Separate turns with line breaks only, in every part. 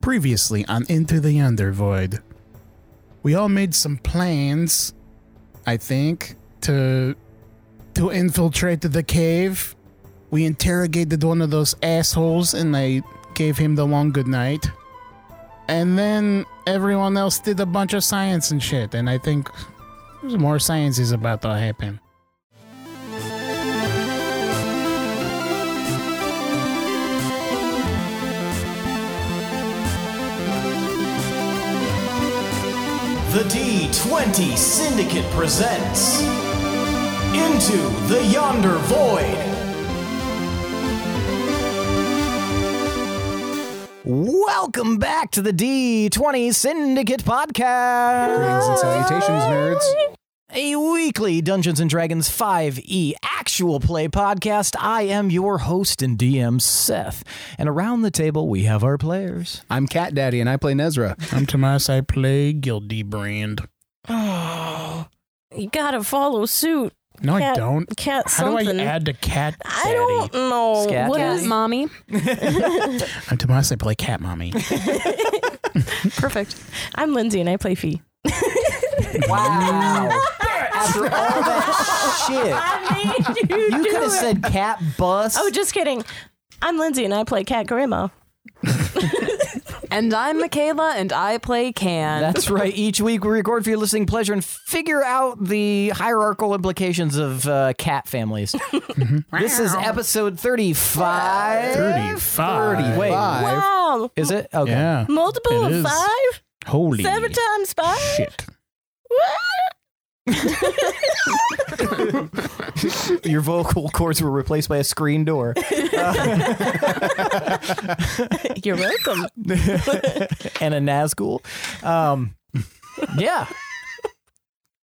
Previously on Into the Undervoid, we all made some plans, I think, to to infiltrate the cave. We interrogated one of those assholes and I gave him the long goodnight. And then everyone else did a bunch of science and shit, and I think more science is about to happen.
The D20 Syndicate presents Into the Yonder Void. Welcome back to the D20 Syndicate
Greetings and
podcast.
salutations, nerds.
A weekly Dungeons and Dragons 5e actual play podcast. I am your host and DM Seth, and around the table we have our players.
I'm Cat Daddy and I play Nezra.
I'm Tomas, I play Guilty Brand.
Oh, You gotta follow suit.
No, I
Cat-
don't.
Cat
How
something.
do I add to cat?
I don't know.
Scat
What
daddy.
is-
mommy?
I'm Tomas. I play cat mommy.
Perfect.
I'm Lindsay and I play Fee.
Wow. After all that
made
shit, you could have said cat bus.
Oh, just kidding. I'm Lindsay and I play Cat Grandma.
And I'm Michaela, and I play Can.
That's right. Each week we record for your listening pleasure and figure out the hierarchical implications of uh, cat families. This is episode 35.
35.
Wait,
Wow.
is it? Okay.
Yeah.
Multiple
It
of
is.
five?
Holy
Seven times five?
shit.
Your vocal cords were replaced by a screen door.
You're welcome.
and a Nazgul. Um, yeah,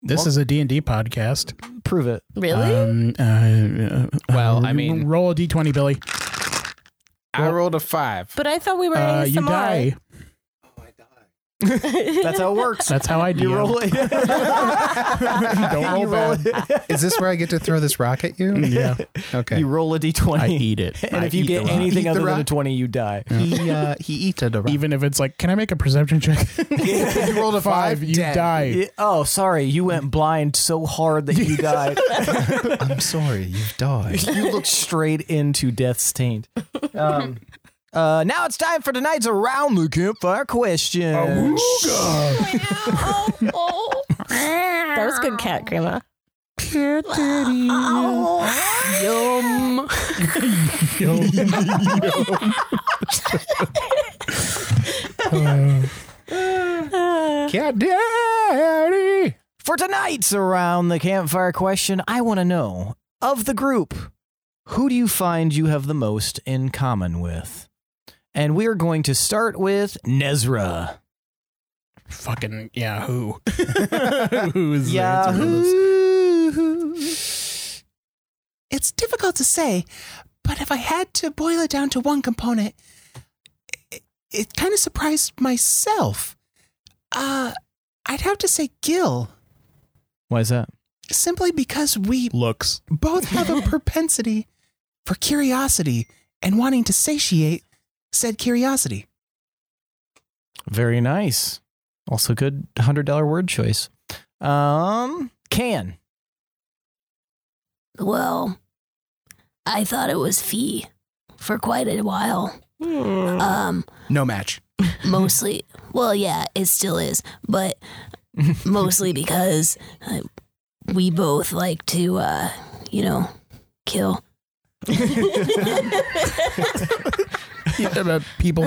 This is a D&D podcast.
prove it.
Really?
Um, uh, uh,
Well,
uh,
I mean-
roll a d20, Billy.
I rolled a five.
but I thought Oh, we were
Uh,
ASMR.
you die.
That's how it works.
That's how I do.
You roll it.
Don't roll
you roll
bad.
it.
Is this where I get to throw this rock at you?
Yeah,
Okay.
You roll a d20.
I eat it.
And
I
if you
eat the
get
rock.
anything
Eat the
other than a
rock.
20, you die.
he uh, he eated a rock.
Even if it's like, can I make a perception check?
you rolled a
Five, you die.
Yeah, Oh, sorry. You went blind so hard that you died.
I'm sorry, you've died.
you looked straight into death's taint. Um, uh, now it's time for tonight's Around the Campfire question.
that was good, Cat Grandma.
Yum.
Yo. Uh, Cat Daddy.
For tonight's Around the Campfire question, I want to know of the group, who do you find you have the most in common with? And we are going to start with Nezra.
Fucking Yahoo. Who is the answer to this?
Yahoo! It's difficult to say, but if I had to boil it down to one component, it, it kind of surprised myself. Uh, I'd have to say Gil,
Why is that?
simply because we
Looks.
both have a propensity for curiosity and wanting to satiate said curiosity.
Very nice. Also, good $100 word choice. Um, can.
Well, I thought it was Fee for quite a while.
Oh.
Hmm.
Um,
No match.
mostly, well, yeah, it still is, but mostly because uh, we both like to, uh, you know, kill.
about Uh, people.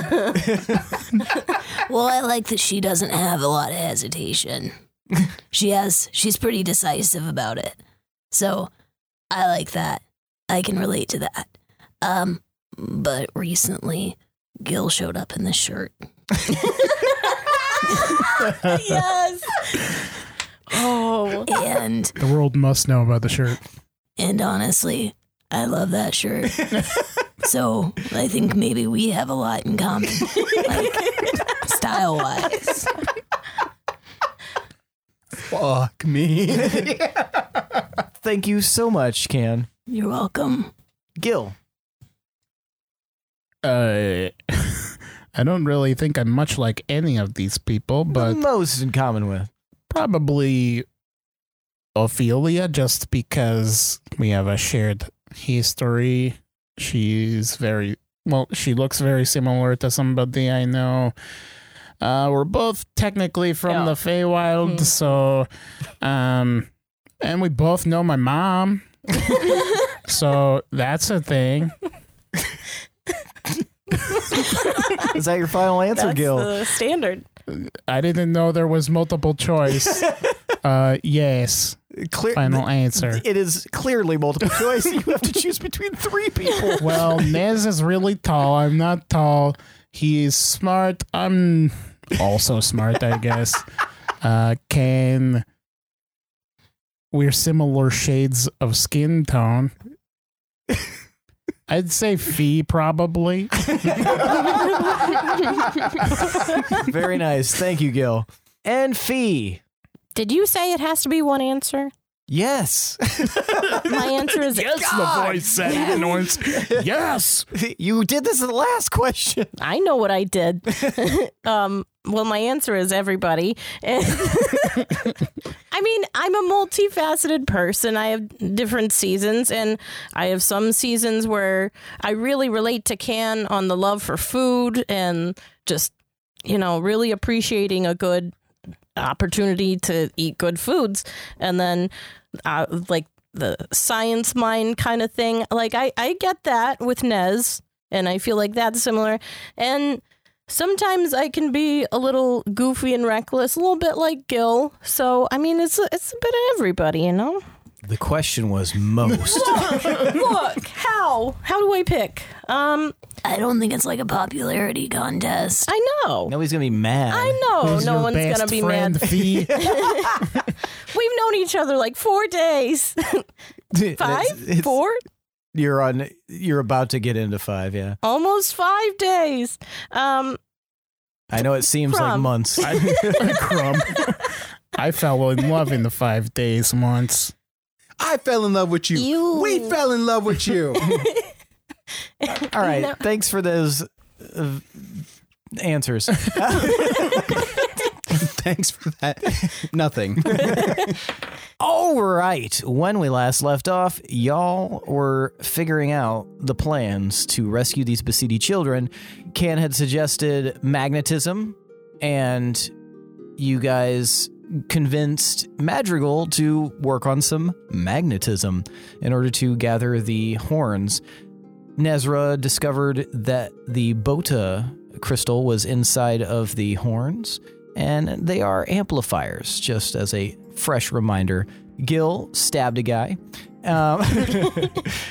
Well, I like that she doesn't have a lot of hesitation. She has, she's pretty decisive about it. So I like that. I can relate to that. Um, but recently, Gil showed up in this shirt.
yes. Oh.
And
The world must know about the shirt.
And honestly, I love that shirt. so I think maybe we have a lot in common, like style wise.
Fuck me. Thank you so much, Can.
You're welcome.
Gil.
Uh, I don't really think I'm much like any of these people, but
most in common with.
probably Ophelia, just because we have a shared history. She's very well, she looks very similar to somebody I know. Uh, we're both technically from
Yeah.
the Feywild,
Mhm.
so um, and we both know my mom, so that's a thing.
Is that your final answer,
That's
Gil?
the standard.
I didn't know there was multiple choice. uh, yes,
Clear-
final answer.
It is clearly multiple choice. you have to choose between three people.
Well, Nez is really tall. I'm not tall. He is smart. I'm also smart, I guess. Uh, can we're similar shades of skin tone? I'd say fee probably.
Very nice. Thank you, Gil. And Fee.
Did you say it has to be one answer?
Yes.
My answer is God.
said it once. Yes.
you did this in the last question.
I know what I did. um, well, my answer is everybody. And- I mean, I'm a multifaceted person. I have different seasons, and I have some seasons where I really relate to Can on the love for food and just, you know, really appreciating a good opportunity to eat good foods. And then, uh, like, the science mind kind of thing. Like, I, I get that with Nez, and I feel like that's similar. And sometimes I can be a little goofy and reckless, a little bit like Gil. So I mean, it's a, it's a bit of everybody, you know.
The question was most.
Look, how how do I pick? Um,
I don't think it's like a popularity contest.
I know.
Nobody's going to be mad.
I know
Who's
no
your
one's gonna
best
be
friend,
mad.
Fee?
We've known each other like four days. Five?
It's- it's-
four?
You're on. You're about to get into five. Yeah.
Almost five days. Um
I know it seems like
Crumb.
months.
I, crumb. I fell in love in the five days once.
I fell in love with you.
You-
We fell in love with you.
All right.
No.
Thanks for those uh, answers.
Thanks for that. Nothing.
All right. When we last left off, y'all were figuring out the plans to rescue these Basidi children. Can had suggested magnetism, and you guys convinced Madrigal to work on some magnetism in order to gather the horns. Nezra discovered that the Bota crystal was inside of the horns, and they are amplifiers, just as a fresh reminder. Gil stabbed a guy. Um,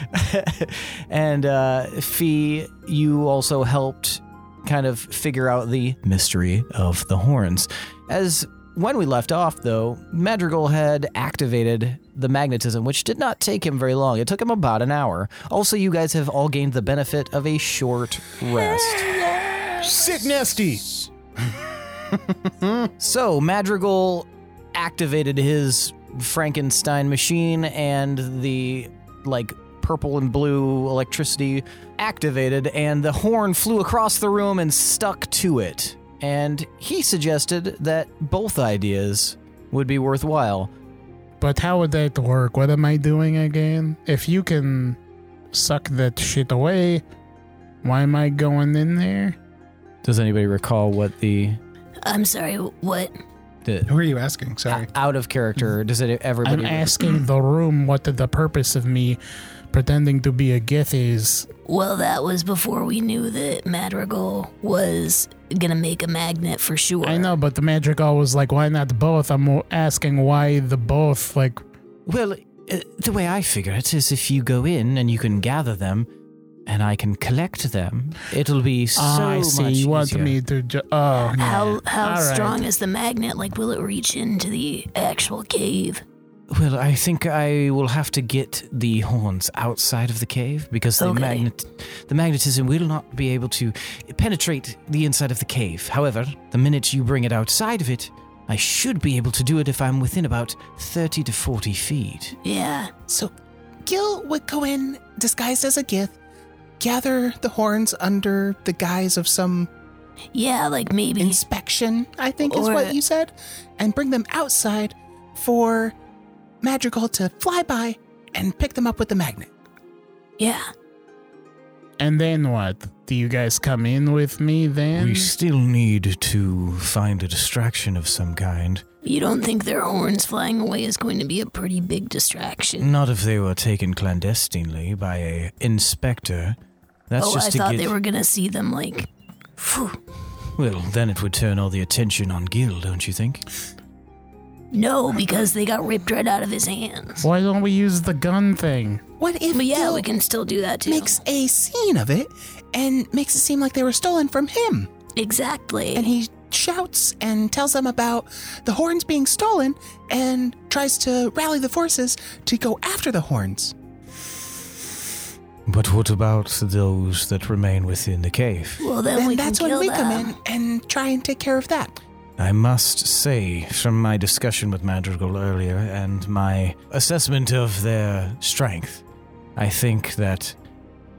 and uh, Fee, you also helped kind of figure out the mystery of the horns. As when we left off, though, Madrigal had activated the magnetism, which did not take him very long. It took him about an hour. Also, you guys have all gained the benefit of a short rest.
Sick nasty.
So Madrigal activated his Frankenstein machine and the like purple and blue electricity activated and the horn flew across the room and stuck to it. And he suggested that both ideas would be worthwhile.
But how would that work? What am I doing again? If you can suck that shit away, why am I going in there?
Does anybody recall what the,
I'm sorry, what?
Who are you asking? Sorry.
out of character does it everybody
I'm asking the room what the purpose of me pretending to be a gith is.
Well, that was before we knew that Madrigal was gonna make a magnet for sure.
I know, but the Madrigal was like, why not both? I'm asking why the both. Like,
Well, uh, the way I figure it is if you go in and you can gather them and I can collect them, it'll be so
ah, I see.
much
You want
easier.
me to. Ju- oh,
How how
All right.
strong is the magnet? Like, will it reach into the actual cave?
Well, I think I will have to get the horns outside of the cave because the
Okay.
magnet the magnetism will not be able to penetrate the inside of the cave. However, the minute you bring it outside of it, I should be able to do it if I'm within about 30 to 40 feet.
Yeah.
So Gil would go in disguised as a Gith, gather the horns under the guise of some
Yeah, like maybe.
inspection, I think is
Or-
what you said, and bring them outside for Madrigal to fly by and pick them up with the magnet.
yeah.
And then what? Do you guys come in with me then?
We still need to find a distraction of some kind.
You don't think their horns flying away is going to be a pretty big distraction?
Not if they were taken clandestinely by a inspector. That's
oh,
just
I
to
thought
get.
they were gonna see them like. Phew.
Well, then it would turn all the attention on Gil, don't you think?
No, because they got ripped right out of his hands.
Why don't we use the gun thing?
What if
But yeah,
Gil
we can still do that too.
makes a scene of it and makes it seem like they were stolen from him?
exactly.
And he shouts and tells them about the horns being stolen and tries to rally the forces to go after the horns.
But what about those that remain within the cave?
well, then
then
we
that's when
can kill
we
them.
come in and try and take care of that.
I must say, from my discussion with Madrigal earlier and my assessment of their strength, I think that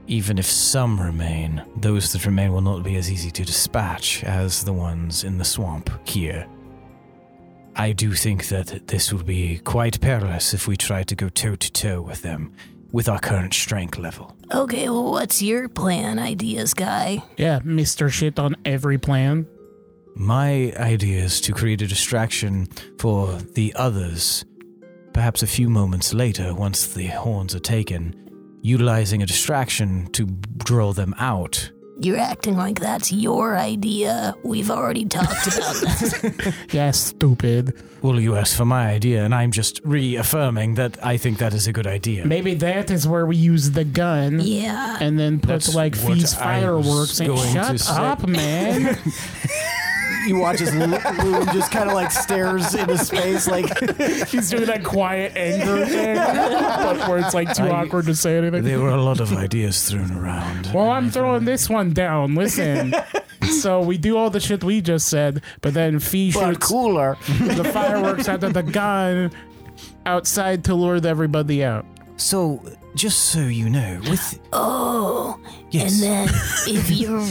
even if some remain, those that remain will not be as easy to dispatch as the ones in the swamp here. I do think that this will be quite perilous if we try to go toe to toe with them with our current strength level.
Okay, well, what's your plan, ideas guy?
Yeah, Mr. Shit on every plan.
My idea is to create a distraction for the others. Perhaps a few moments later, once the horns are taken, utilizing a distraction to draw them out.
You're acting like that's your idea. We've already talked about that.
Yeah, stupid.
Well, you asked for my idea, and I'm just reaffirming that I think that is a good idea.
Maybe that is where we use the gun.
Yeah.
And then put
That's
like
what
these
I was
fireworks and
going to
shut
say.
up, man.
You watch as Loon just kind of like stares into space, like
He's doing that quiet anger thing but where it's like too
I-
awkward to say anything.
There were a lot of ideas thrown around.
Well, I'm throwing this one down. Listen. so we do all the shit we just said, but then Fee
but
shoots
cooler.
the fireworks out of the gun outside to lure everybody out.
So, just so you know, with
Oh.
yes,
And then if you're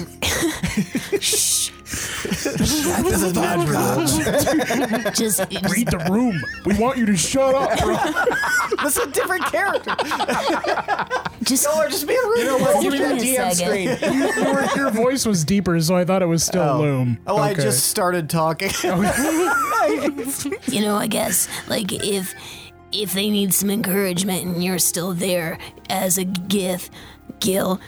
this is Madrigal.
just
Read the room. We want you to shut up, bro.
That's a different character.
just
Just being rude. You know
what? Give me the DM
screen.
your, your voice was deeper, so I thought it was still Loom.
Oh, I just started talking.
Oh,
you know, I guess like if if they need some encouragement and you're still there as a gith, gil,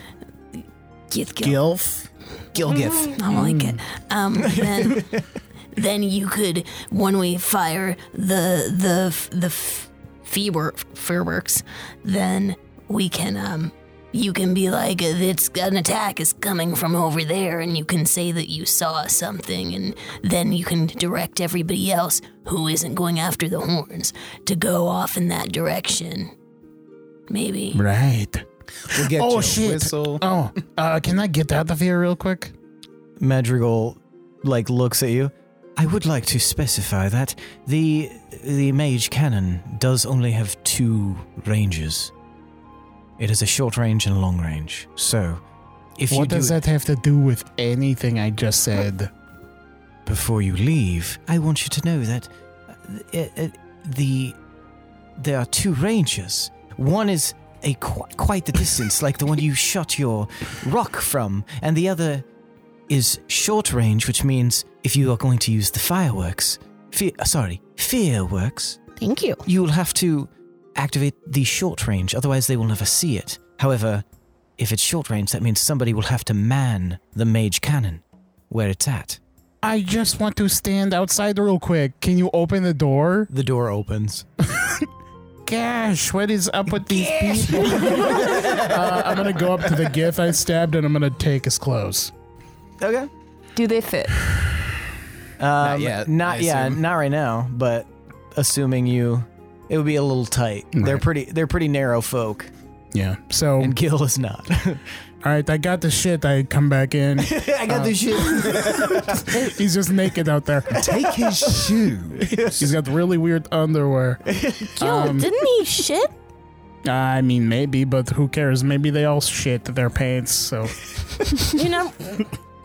gith, gil, Mm,
Gilf. Gilgif.
Mm.
I don't like it. Um, then then you could when we fire the the f- the f- feewer fireworks, then we can um. You can be like, it's an attack is coming from over there, and you can say that you saw something, and then you can direct everybody else who isn't going after the horns to go off in that direction. Maybe.
Right.
We'll get
Oh,
you a
shit.
whistle.
Oh, uh, can I get out of here real quick?
Madrigal like looks at you. I would like to specify that the the mage cannon does only have two ranges. It is a short range and a long range. So, if you
what
do
does
it
that have to do with anything I just said?
before you leave, I want you to know that uh, th- uh, the there are two ranges. One is a qu- quite the distance, like the one you shot your rock from, and the other is short range, which means if you are going to use the fireworks, fe- uh, sorry, fireworks,
Thank you.
you will have to activate the short range. Otherwise, they will never see it. However, if it's short range, that means somebody will have to man the mage cannon where it's at.
I just want to stand outside real quick. Can you open the door?
The door opens.
Gosh, what is up with these people? uh, I'm gonna go up to the gif I stabbed and I'm gonna take his clothes.
Okay.
Do they fit?
not
Um,
yet, I
Not yeah.
assume.
Not right now. But assuming you, it would be a little tight. They're
Right.
pretty. They're pretty narrow folk,
Yeah. So,
and Gil is not.
all right, I got the shit. I come back in. Um,
I got this shit.
He's just naked out there.
Take his shoe.
He's got really weird underwear.
Yo,
Um,
didn't he shit?
I mean, maybe, but who cares? Maybe they all shit their pants. So
You know,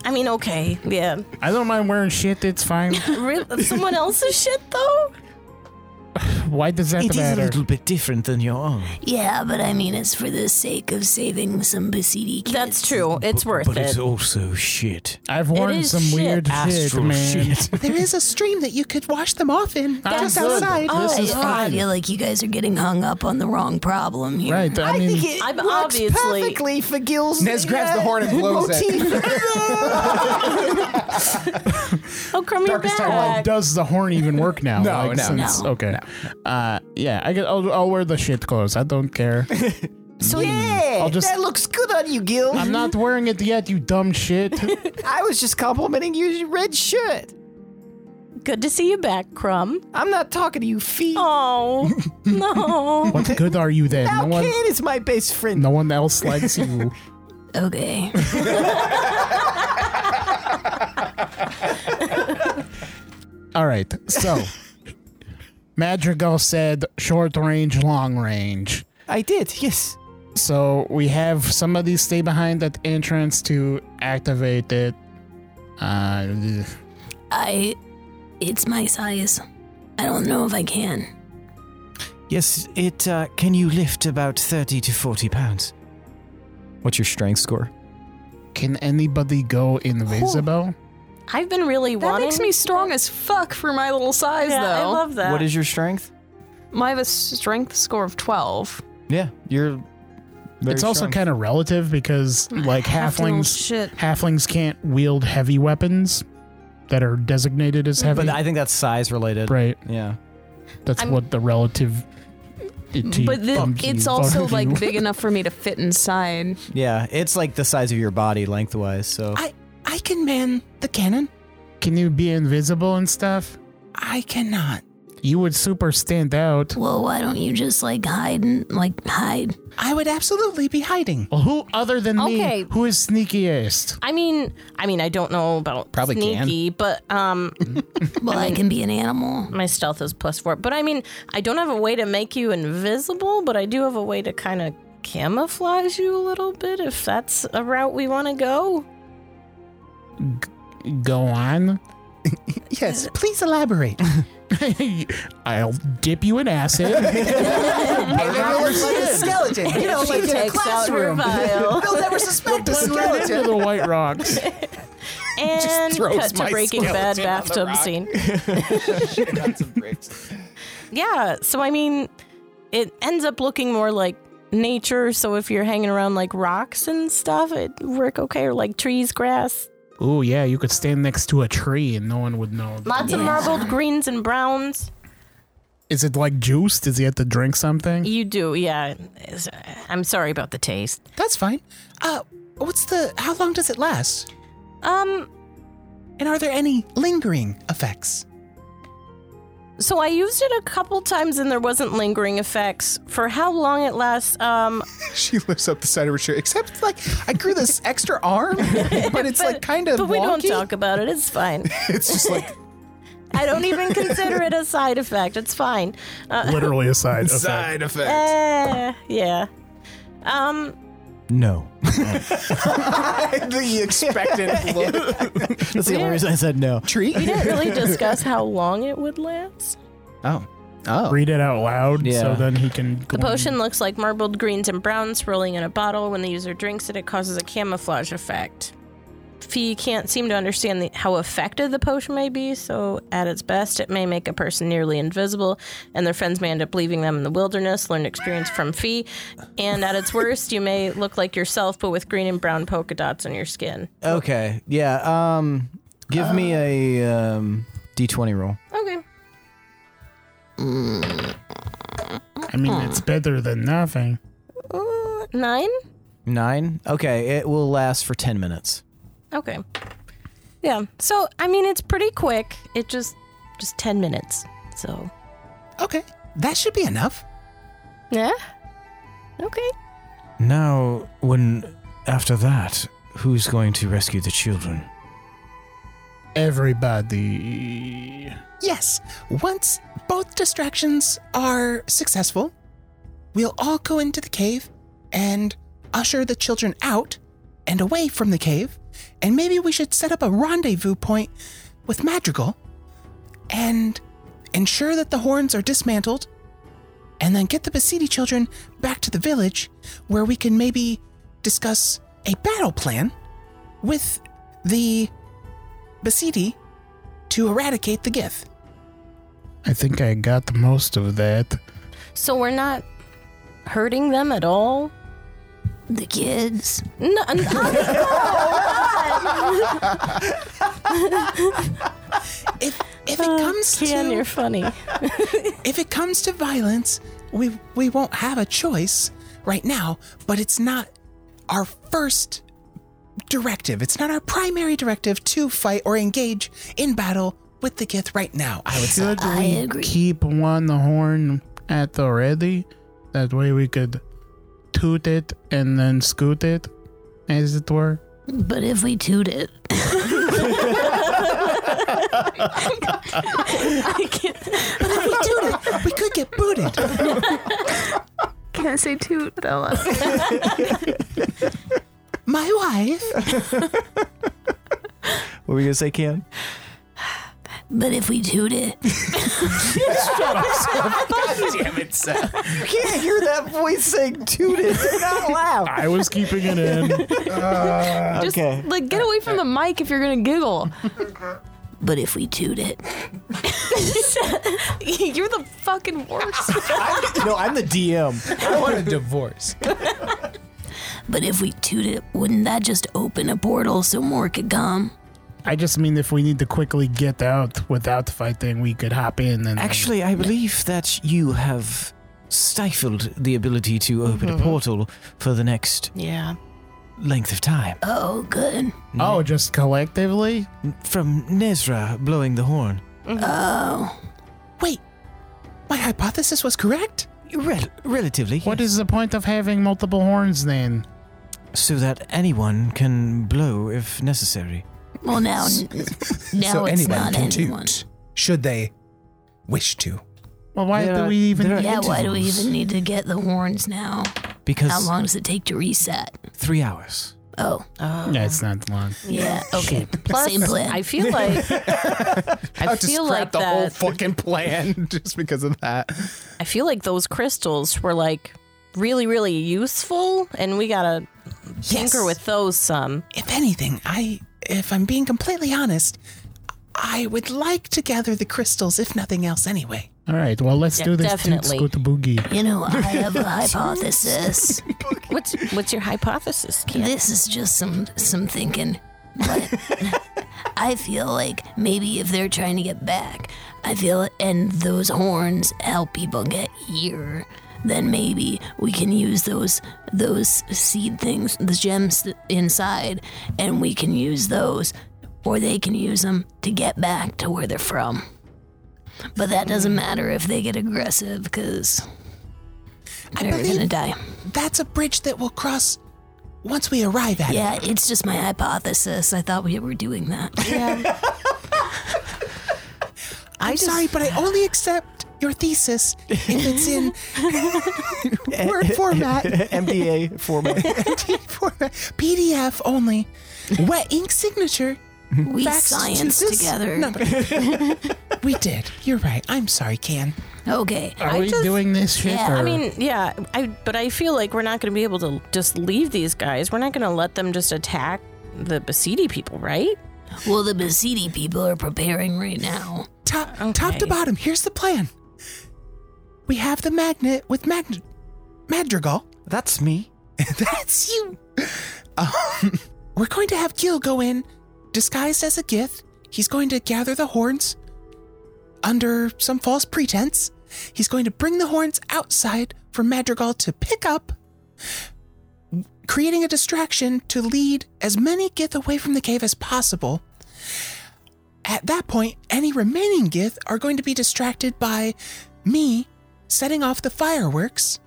I mean, okay, yeah.
I don't mind wearing shit. It's fine.
Really? Someone else's shit, though?
Why does that
It is a
matter?
little bit different than your own.
Yeah, but I mean, it's for the sake of saving some Basidi kids.
That's true. It's worth
But
it.
it's also shit.
I've worn
is
some
shit.
weird shit,
Astral
man.
shit.
There is a stream that you could wash them off in
I'm
just
good.
outside.
Oh,
I,
This is
I
fine.
feel like you guys are getting hung up on the wrong problem here.
Right. I, mean,
it
I'm obviously-
for Gil's.
Nez grabs the horn and blows it.
oh, crummy
Darkest Time
back.
does the horn even work now?
No,
like,
no,
since-
no.
Okay. Uh, yeah, I get, I'll, I'll wear the shit clothes. I don't care.
Sweet. Yeah,
Mm. I'll just-
that looks good on you, Gil.
I'm not wearing it yet, you dumb shit.
I was just complimenting your red shirt.
Good to see you back, Crumb.
I'm not talking to you, feet.
Oh, no.
what good are you then?
How
No one,
Kid is my best friend.
no one else likes you.
Okay.
All right. So, Madrigal said short range, long range.
I did, yes.
So we have somebody stay behind at entrance to activate it. Uh,
I. It's my size. I don't know if I can.
Yes, it uh, can you lift about 30 to 40 pounds? What's your strength score?
can anybody go invisible?
I've been really
That
wanting.
makes me strong as fuck for my little size,
yeah, I
though.
love that.
What is your strength?
I have a strength score of 12.
Yeah, you're. very
it's also
strong.
kind of relative because like halflings,
Shit.
halflings can't wield heavy weapons that are designated as heavy.
But I think that's size related.
right,
Yeah.
that's
I'm-
what the relative. It to
But the,
bump you,
it's also
bump you.
like big enough for me to fit inside.
Yeah, it's like the size of your body lengthwise, so.
I I can man the cannon.
Can you be invisible and stuff?
I cannot.
You would super stand out.
Well, why don't you just like hide and like hide?
I would absolutely be hiding.
Well, who other than
Okay.
me? Who is sneakiest?
I mean, I mean, I don't know about
Probably can.
sneaky, but um,
Well, I can be an animal.
my stealth is plus four. But I mean, I don't have a way to make you invisible, but I do have a way to kind of camouflage you a little bit if that's a route we want to go.
Go on.
Yes, please elaborate.
I'll dip you in acid.
like a skeleton, you know, like in a classroom.
vial
They'll never suspect a
right into
skeleton.
the White Rocks.
and
throws
cut to
my
Breaking Bad
skeleton on the
bathtub
rock.
scene.
That's some bricks.
Yeah, so I mean, it ends up looking more like nature. So if you're hanging around like rocks and stuff, it work okay, or like trees, grass,
Ooh, yeah, you could stand next to a tree and no one would know.
lots of
Yeah.
marbled greens and browns.
Is it like juice? Does he have to drink something?
You do, yeah. It's- uh, I'm sorry about the taste.
That's fine. Uh, what's the? How long does it last?
Um,
And are there any lingering effects?
so I used it a couple times and there wasn't lingering effects. For how long it lasts, um,
She lifts up the side of her shirt, except like I grew this extra arm, but it's like kind of
but we don't
wonky.
talk about it. It's fine.
It's just like
I don't even consider it a side effect. It's fine. Uh,
Literally a side effect.
Side effect.
Eh, yeah. Um,
no.
the expectant look.
That's the only reason I said no.
we didn't really discuss how long it would last.
Oh. Oh.
Read it out loud
Yeah.
so then he can.
The potion looks like marbled greens and browns swirling in a bottle. When the user drinks it, it causes a camouflage effect. Fee can't seem to understand the, how effective the potion may be, so at its best, it may make a person nearly invisible, and their friends may end up leaving them in the wilderness. Learn experience from Fee. And at its worst, you may look like yourself, but with green and brown polka dots on your skin.
Okay, yeah, um, give me a um, d20 roll.
Okay.
I mean, it's better than nothing.
Uh, nine?
Nine? Okay, it will last for 10 minutes.
Okay. Yeah. So I mean, it's pretty quick. It just just ten minutes. So
okay, that should be enough.
yeah. Okay.
Now, when. After that, who's going to rescue the children?
Everybody.
Yes, once both distractions are successful, we'll all go into the cave and usher the children out and away from the cave and maybe we should set up a rendezvous point with Madrigal and ensure that the horns are dismantled, and then get the Basidi children back to the village where we can maybe discuss a battle plan with the Basidi to eradicate the Gith.
I think I got most of that.
So we're not hurting them at all?
The kids.
No, n-
if if it
Oh,
comes
Ken,
to
you're funny.
if it comes to violence, we we won't have a choice right now, but it's not our first directive. It's not our primary directive to fight or engage in battle with the Gith right now. I would say
Should we keep one horn at the ready? That way we could toot it and then scoot it, as it were.
But if we toot it,
I can't.
But if we do it, we could get booted.
Can't say toot, Bella.
My wife.
What were you gonna say, Cam?
but if we toot it,
Damn it, Seth.
You can't hear that voice saying toot it. It's not loud.
I was keeping it in. Uh,
Just,
Okay.
Like, get away from the mic if you're gonna giggle.
but if we toot it,
you're the fucking worst.
No, I'm the DM.
I want a divorce.
but if we toot it, wouldn't that just open a portal so more could come?
I just mean if we need to quickly get out without fighting, we could hop in and
Actually, I believe that you have stifled the ability to open
Mm-hmm.
a portal for the next
yeah.
length of time.
Oh, good.
Oh, just collectively?
From Nezra blowing the horn.
Oh,
Wait. My hypothesis was correct?
Rel- relatively.
What is the point of having multiple horns then?
So that anyone can blow if necessary.
well now, now it's not anyone.
should they wish to.
Well, why
There
do
are-
we even
there are-
Yeah, why do we
Intervals.
even need to get the horns now? How
Because
long does it take to reset?
three hours.
Oh,
Yeah, it's not long.
yeah. Okay.
Plus,
Same plan.
I feel like I feel like
the whole
that.
fucking plan just because of that.
I feel like those crystals were like really, really useful, and we gotta tinker with those some.
If anything, I if I'm being completely honest, I would like to gather the crystals, if nothing else anyway.
All right, well, let's
Yeah,
do this toot
definitely.
scoot boogie.
You know, I have a hypothesis.
What's what's your hypothesis, Ken?
This is just some some thinking, but I feel like maybe if they're trying to get back, I feel and those horns help people get here. Then maybe we can use those those seed things, the gems th- inside, and we can use those, or they can use them to get back to where they're from. But that doesn't matter if they get aggressive, because
I
they're gonna
believe
die.
that's a bridge that we'll cross once we arrive at it.
Yeah, it's just my hypothesis. I thought we were doing that.
I'm sorry, but I only accept your thesis if it's in word format,
MDA format.
format, PDF only, wet ink signature.
We
faxed to
science
this
together.
number. we did. You're right. I'm sorry, Can.
Okay.
Are
I
we
just-
doing this shit?
Yeah,
I
or-
mean, yeah, I but I feel like we're not gonna be able to just leave these guys. We're not gonna let them just attack the Basidi people, right?
Well, the Basidi people are preparing right now.
Top, top
Okay.
to bottom. Here's the plan. We have the magnet with magnet madrigal.
That's me.
That's you. Um, we're going to have Gil go in, disguised as a Gith. He's going to gather the horns under some false pretense. He's going to bring the horns outside for Madrigal to pick up, creating a distraction to lead as many Gith away from the cave as possible. At that point, any remaining Gith are going to be distracted by me setting off the fireworks.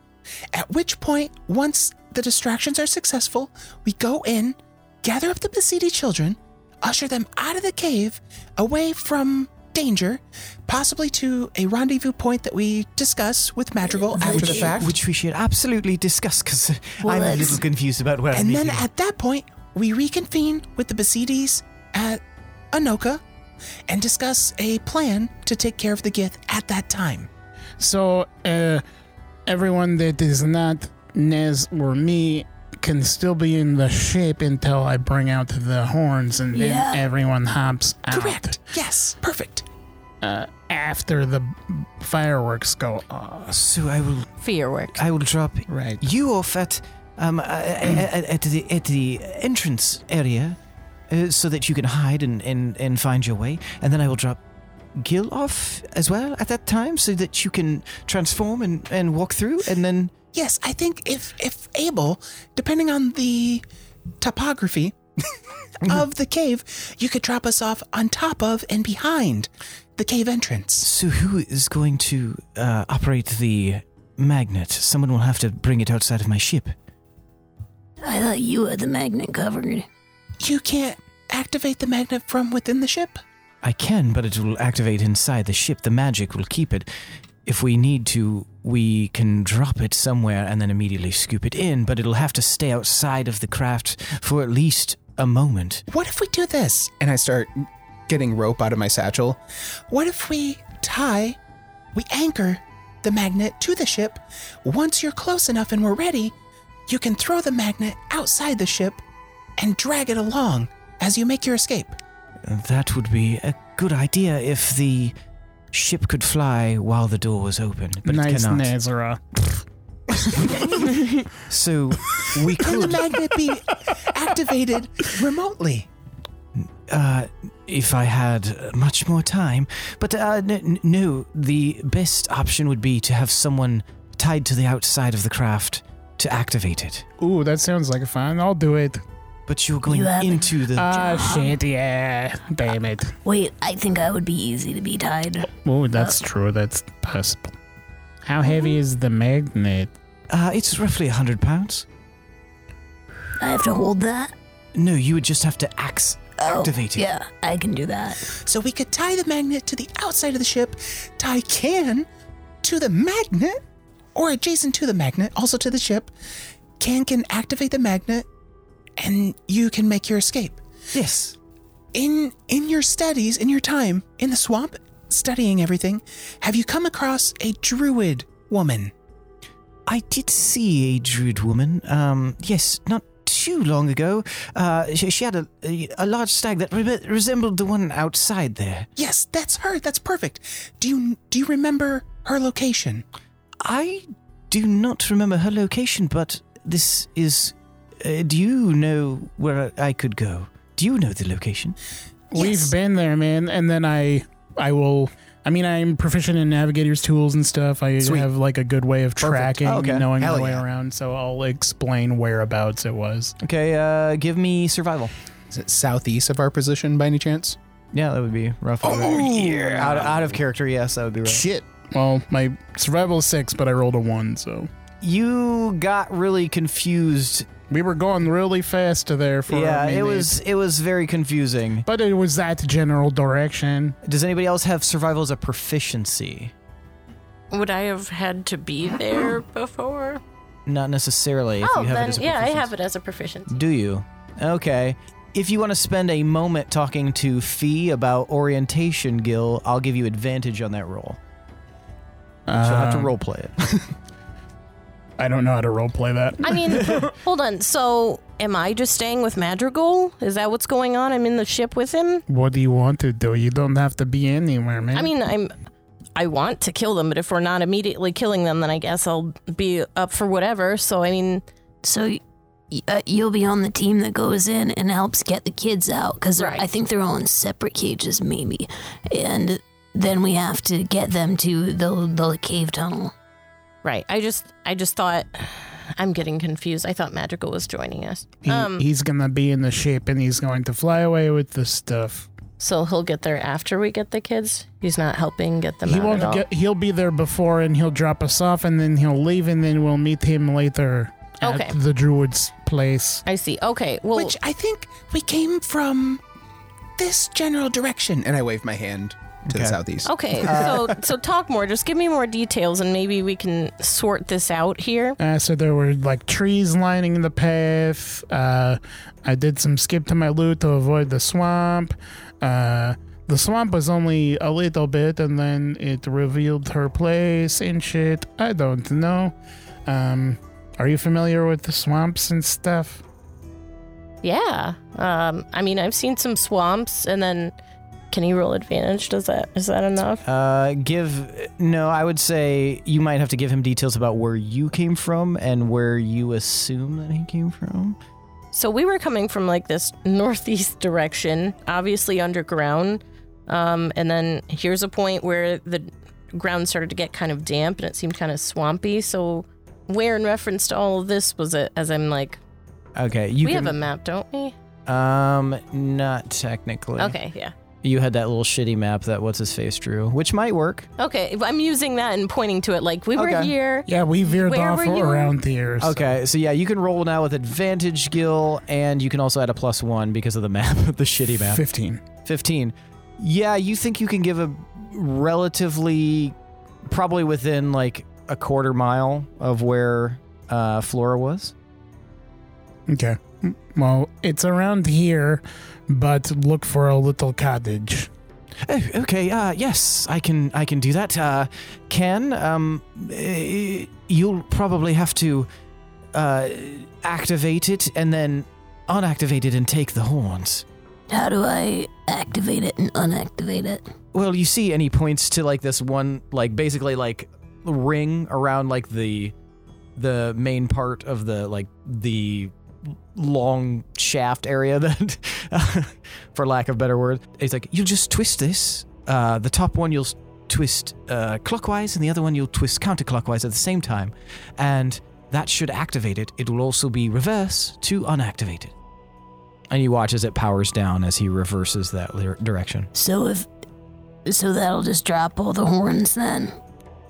At which point, once the distractions are successful, we go in, gather up the Basidi children, usher them out of the cave, away from danger, possibly to a rendezvous point that we discuss with Madrigal after the fact.
Which we should absolutely discuss because
Well,
I'm a
that's-
little confused about where I'm
And then
meeting.
at that point, we reconvene with the Basides at Anoka and discuss a plan to take care of the Gith at that time.
So, uh, everyone that is not Nez or me can still be in the ship until I bring out the horns and then
Yeah.
everyone hops out.
Correct. Yes. Perfect.
Uh, after the fireworks go off.
So I will
Fireworks.
I will drop
Right.
you off at um uh, at, at the at the entrance area, uh, so that you can hide and, and and find your way, and then I will drop Gil off as well at that time, so that you can transform and and walk through, and then
Yes, I think if if able, depending on the topography of the cave, you could drop us off on top of and behind the cave entrance.
so who is going to uh, operate the magnet? Someone will have to bring it outside of my ship.
I thought you had the magnet covered.
You can't activate the magnet from within the ship.
I can, but it will activate inside the ship. The magic will keep it. If we need to, we can drop it somewhere and then immediately scoop it in, but it'll have to stay outside of the craft for at least a moment.
What if we do this? And I start getting rope out of my satchel. What if we tie, we anchor the magnet to the ship? Once you're close enough and we're ready, you can throw the magnet outside the ship and drag it along as you make your escape.
That would be a good idea if the ship could fly while the door was open, but it
nice
cannot.
Nazara.
So we
Can the
could,
magnet be activated remotely?
uh, if I had much more time, but uh, n- n- no, the best option would be to have someone tied to the outside of the craft to activate it.
Ooh, that sounds like fun. I'll do it.
But you're going
You haven't-
into the.
Ah, shit, yeah. Damn it.
Uh, Wait, I think I would be easy to be tied.
Ooh, that's true. That's possible. How heavy is the magnet?
Uh, it's roughly 100 pounds.
I have to hold that.
No, you would just have to ax-
Oh,
activate it.
Yeah, I can do that.
So we could tie the magnet to the outside of the ship, tie can to the magnet, or adjacent to the magnet, also to the ship. Can can activate the magnet, and you can make your escape.
Yes.
In in your studies, in your time in the swamp, studying everything, have you come across a druid woman?
I did see a druid woman. Um, yes, not too long ago. Uh, she, she had a, a, a large stag that re- resembled the one outside there.
Yes, that's her. That's perfect. Do you do you remember her location?
I do not remember her location, but this is. Uh, do you know where I could go? Do you know the location?
We've
Yes.
been there, man. And then I, I will. I mean, I'm proficient in navigator's tools and stuff. I
Sweet.
have like a good way of tracking,
Oh, okay.
and knowing
Hell
the way
yeah.
around. So I'll explain whereabouts it was.
Okay, uh, give me survival.
Is it southeast of our position by any chance?
Yeah, that would be roughly.
Oh,
Oh,
yeah.
Out, out of character, yes, that would be right.
Shit. Well, my survival is six, but I rolled a one, so
you got really confused.
we were going really fast to there for. a
yeah, it
minute.
was it was very confusing.
But it was that general direction.
Does anybody else have survival as a proficiency?
Would I have had to be there before?
Not necessarily. If
oh,
you have
then
it as a
yeah, I
proficiency.
have it as a proficiency.
Do you? Okay. If you want to spend a moment talking to Fee about orientation, Gil, I'll give you advantage on that roll. So I'll have to
Um,
role play it.
I don't know how to roleplay that.
I mean, hold on. So, am I just staying with Madrigal? Is that what's going on? I'm in the ship with him.
What do you want to do? You don't have to be anywhere, man.
I mean, I'm. I want to kill them, but if we're not immediately killing them, then I guess I'll be up for whatever. So, I mean,
So y- uh, you'll be on the team that goes in and helps get the kids out because
Right.
I think they're all in separate cages, maybe. And then we have to get them to the the cave tunnel.
right. I just, I just thought. I'm getting confused. I thought Madrigal was joining us.
He-
um,
he's gonna be in the ship, and he's going to fly away with the stuff.
So he'll get there after we get the kids. He's not helping get them
he
out
won't
at all.
get he'll be there before and he'll drop us off and then he'll leave and then we'll meet him later
Okay.
at the druid's place
I see. Okay. Well,
Which I think we came from this general direction. And I wave my hand to the
Okay.
southeast.
Okay,
Uh,
Uh,
so so talk more. Just give me more details, and maybe we can sort this out here.
Uh, so there were like trees lining the path. Uh, I did some skip to my loot to avoid the swamp. Uh, the swamp was only a little bit, and then it revealed her place and shit. I don't know. Um, are you familiar with the swamps and stuff?
Yeah. Um. I mean, I've seen some swamps, and then can he roll advantage? Does that is that enough?
Uh, give no. I would say you might have to give him details about where you came from and where you assume that he came from.
So we were coming from like this northeast direction, obviously underground. Um. And then here's a point where the ground started to get kind of damp, and it seemed kind of swampy. So where, in reference to all of this, was it? As I'm like,
Okay, you
we
can,
have a map, don't we?
um, not technically.
Okay. Yeah.
you had that little shitty map that what's his face drew, which might work.
Okay, I'm using that and pointing to it like we were
Okay.
here.
Yeah, we veered
Where
off
were you?
around here. so-
Okay, so yeah, you can roll now with advantage, Gil, and you can also add a plus one because of the map, the shitty map.
15.
15. Yeah, you think you can give a relatively, probably within like a quarter mile of where uh, Flora was?
Okay. Mm, Well, it's around here, but look for a little cottage.
Oh, okay, uh, yes, I can I can do that. Uh, Ken, um, eh, you'll probably have to uh, activate it and then unactivate it and take the horns.
How do I activate it and unactivate it?
Well, you see, and he points to like this one, like basically like ring around like the the main part of the like the long shaft area that, for lack of better word, he's like, you'll just twist this. Uh, the top one you'll s- twist uh, clockwise, and the other one you'll twist counterclockwise at the same time, and that should activate it. It will also be reverse to unactivate it. And he watches it powers down as he reverses that lir- direction.
So if so that'll just drop all the horns then.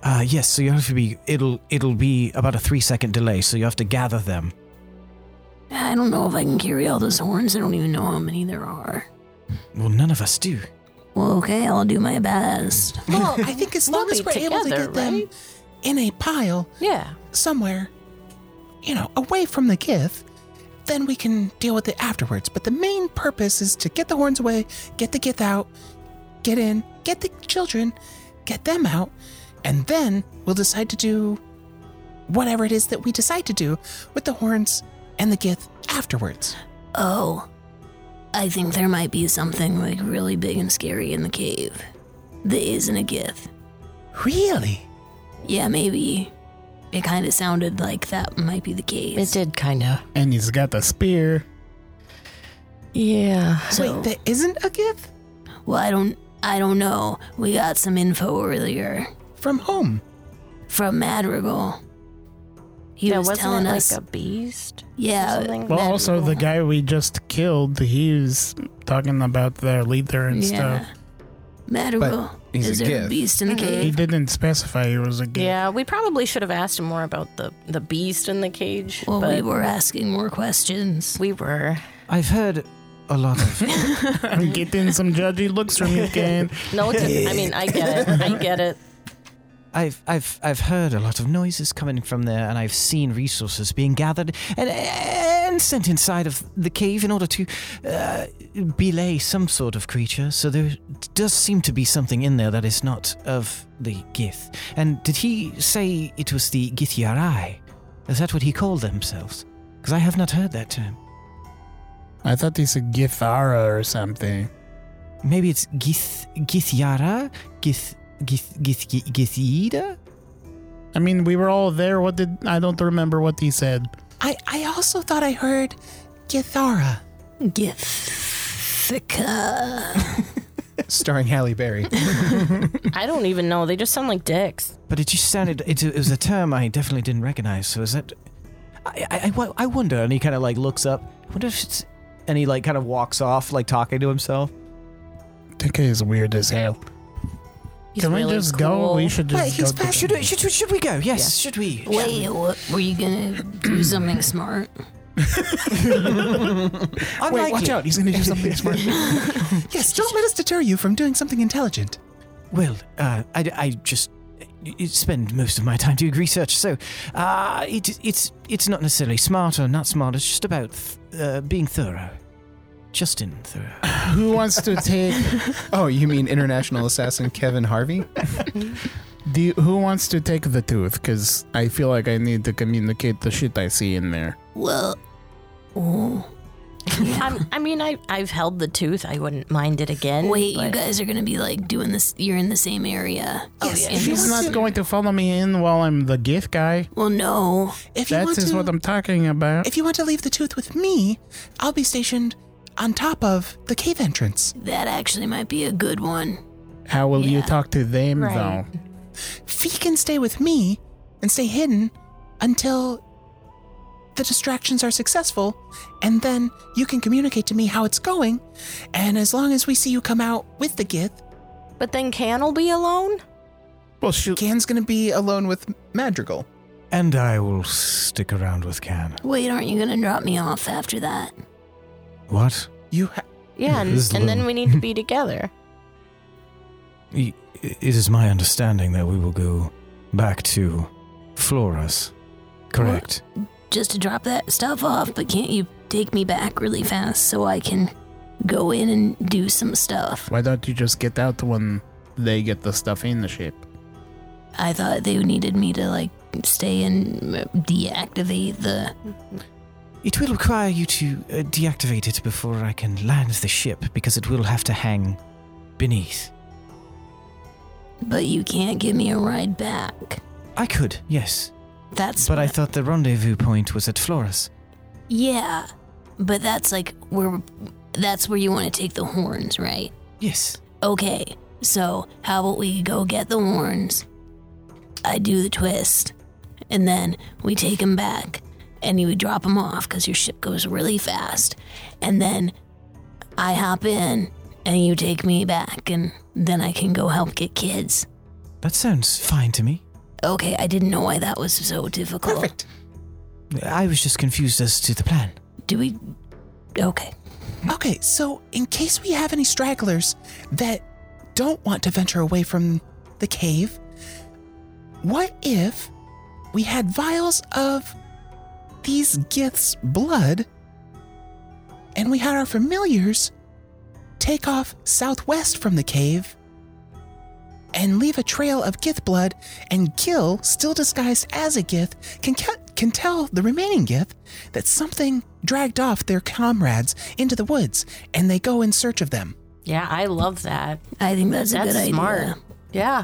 Uh, yes, so you have to be. It'll it'll be about a three second delay, so you have to gather them.
I don't know if I can carry all those horns. I don't even know how many there are.
Well, none of us do.
Well, okay, I'll do my best.
Well, I think as long as we're
Lumpy
able to
together,
get them
right?
in a pile
Yeah.
somewhere, you know, away from the gith, then we can deal with it afterwards. But the main purpose is to get the horns away, get the gith out, get in, get the children, get them out, and then we'll decide to do whatever it is that we decide to do with the horns and the gith afterwards.
Oh, I think there might be something like really big and scary in the cave. That isn't a gith.
Really?
Yeah, maybe. It kind of sounded like that might be the case.
did kind of.
And he's got a spear.
Yeah.
So,
Wait, that isn't a gith?
well, I don't, I don't know. We got some info earlier
From whom?
from Madrigal. He
yeah,
was
wasn't
telling
it
us,
like a beast?
yeah,
something?
Well,
Madrigal.
also the guy we just killed, he's talking about their leader and
yeah.
stuff.
Madrigal.
he's
Is
a
there a
gith.
beast in
Mm-hmm.
the
He
cave?
didn't specify he was a gay.
Yeah, we probably should have asked him more about the the beast in the cage.
Well,
but
we were asking more questions.
we were.
I've heard a lot of.
I'm getting some judgy looks from you, Ken.
No, it's I mean, I get it. I get it.
I've I've I've heard a lot of noises coming from there, and I've seen resources being gathered and and sent inside of the cave in order to uh, belay some sort of creature. So there does seem to be something in there that is not of the Gith. And did he say it was the Githyari? Is that what he called themselves? Because I have not heard that term.
I thought he said Githara or something.
Maybe it's Gith Githyara, Gith Gith Gith Gith Githida.
I mean, we were all there. What did I don't remember what he said.
I, I also thought I heard Githara.
Githica.
Starring Halle Berry.
I don't even know. They just sound like dicks.
But it just sounded. It, it was a term I definitely didn't recognize. So is that? I I- I, wo- I wonder. And he kind of like looks up. I wonder if it's. And he like kind of walks off, like talking to himself.
TK is weird as hell.
He's
Can we
really
just go?
cool.
We should just
Wait,
go.
he's
to-
fashion-
Should we, should we go? Yes. Should we?
Wait, what, were you gonna do something smart?
Wait, watch
Unlikely.
out. He's going to do something smart. yes, don't let us deter you from doing something intelligent.
Well, uh, I, I just y- y- spend most of my time doing research, so uh, it, it's it's not necessarily smart or not smart. It's just about th- uh, being thorough, Justin thorough.
Who wants to take
Oh, you mean international assassin Kevin Harvey?
Do you, who wants to take the tooth? Because I feel like I need to communicate the shit I see in there.
Well, ooh.
I'm, I mean, I I've held the tooth. I wouldn't mind it again.
wait, you
but-
guys are gonna be like doing this. You're in the same area. Oh
She's not going to follow me in while I'm the gift guy.
Well, no.
If you
That
want
is
to,
what I'm talking about.
If you want to leave the tooth with me, I'll be stationed on top of the cave entrance.
That actually might be a good one.
How will you
Yeah.
talk to them
Right.
though?
Fee can stay with me and stay hidden until the distractions are successful, and then you can communicate to me how it's going. And as long as we see you come out with the gith,
But then Can will be alone.
Well, she
Can's gonna be alone with Madrigal.
And I will stick around with Can.
Wait, aren't you gonna drop me off after that?
What?
You ha-
Yeah, and,
This
and then
little-
we need to be together.
It is my understanding that we will go back to Flora's, correct?
Just to drop that stuff off, but can't you take me back really fast so I can go in and do some stuff?
Why don't you just get out when they get the stuff in the ship?
I thought they needed me to like stay and uh, deactivate the.
It will require you to uh, deactivate it before I can land the ship because it will have to hang beneath.
But you can't give me a ride back.
I could, yes.
That's
But I
what-
thought the rendezvous point was at Flora's.
Yeah, but that's like where that's where you want to take the horns, right?
Yes.
Okay, so how about we go get the horns? I do the twist, and then we take them back, and you would drop them off because your ship goes really fast, and then I hop in, and you take me back, and then I can go help get kids.
That sounds fine to me.
Okay, I didn't know why that was so difficult.
perfect.
I was just confused as to the plan.
Do we? Okay.
Okay, so in case we have any stragglers that don't want to venture away from the cave, what if we had vials of these gith's blood and we had our familiars take off southwest from the cave and leave a trail of gith blood and Gil, still disguised as a gith, can ca- can tell the remaining gith that something dragged off their comrades into the woods and they go in search of them.
Yeah, I love that.
I think that's a
That's
good
smart.
idea.
Yeah.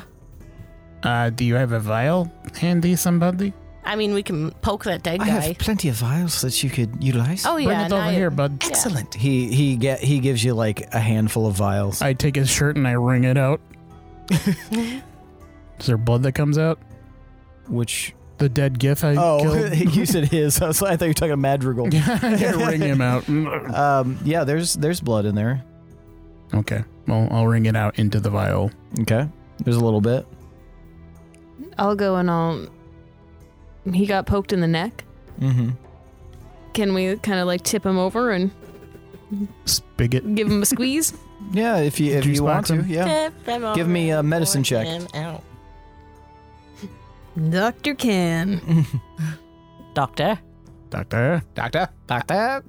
Uh, do you have a vial handy, somebody?
I mean, we can poke that dead
I
guy.
have plenty of vials that you could utilize.
oh yeah,
Bring it
and
over
I-
here, bud.
Excellent.
He he get he gives you like a handful of vials.
I take his shirt and I wring it out. Is there blood that comes out?
Which
The dead gif I
oh,
killed?
you said his. I, was, I thought you were talking Madrigal.
I wring him out.
Um, yeah, there's there's blood in there.
Okay. Well, I'll wring it out into the vial.
Okay, there's a little bit.
I'll go and I'll. He got poked in the neck.
Mm-hmm.
Can we kind of like tip him over and
Spigot.
give him a squeeze?
Yeah, if you if
Juice
you want
box
to,
him?
yeah.
Tip him
Give
over
me a
and
medicine
pour
check.
him out.
Doctor can.
Doctor.
Doctor.
Doctor?
Doctor.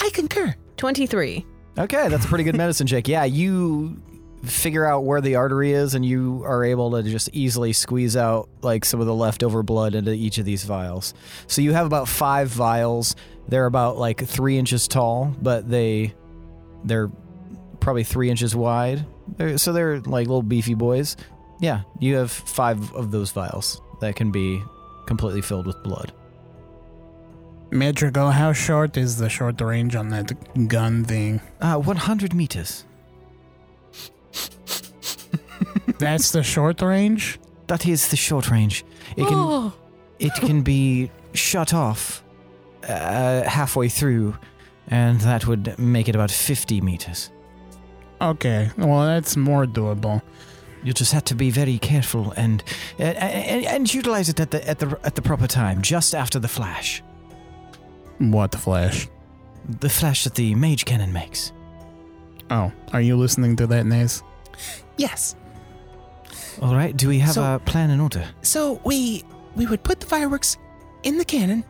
I concur.
Twenty-three.
Okay, that's a pretty good medicine check. Yeah, you figure out where the artery is, and you are able to just easily squeeze out like some of the leftover blood into each of these vials. So you have about five vials. They're about like three inches tall, but they they're probably three inches wide. They're, so they're like little beefy boys. Yeah, you have five of those vials that can be completely filled with blood.
Madrigal, how short is the short range on that gun thing?
Uh, 100 meters.
That's the short range?
That is the short range. It can it can be shut off uh, halfway through, and that would make it about 50 meters.
Okay. Well, that's more doable.
You just have to be very careful and uh, and, and utilize it at the at the at the proper time, just after the flash.
What flash?
The flash that the mage cannon makes.
Oh, are you listening to that, Naze?
Yes.
All right, do we have
So-
a plan in order?
So we we would put the fireworks in the cannon,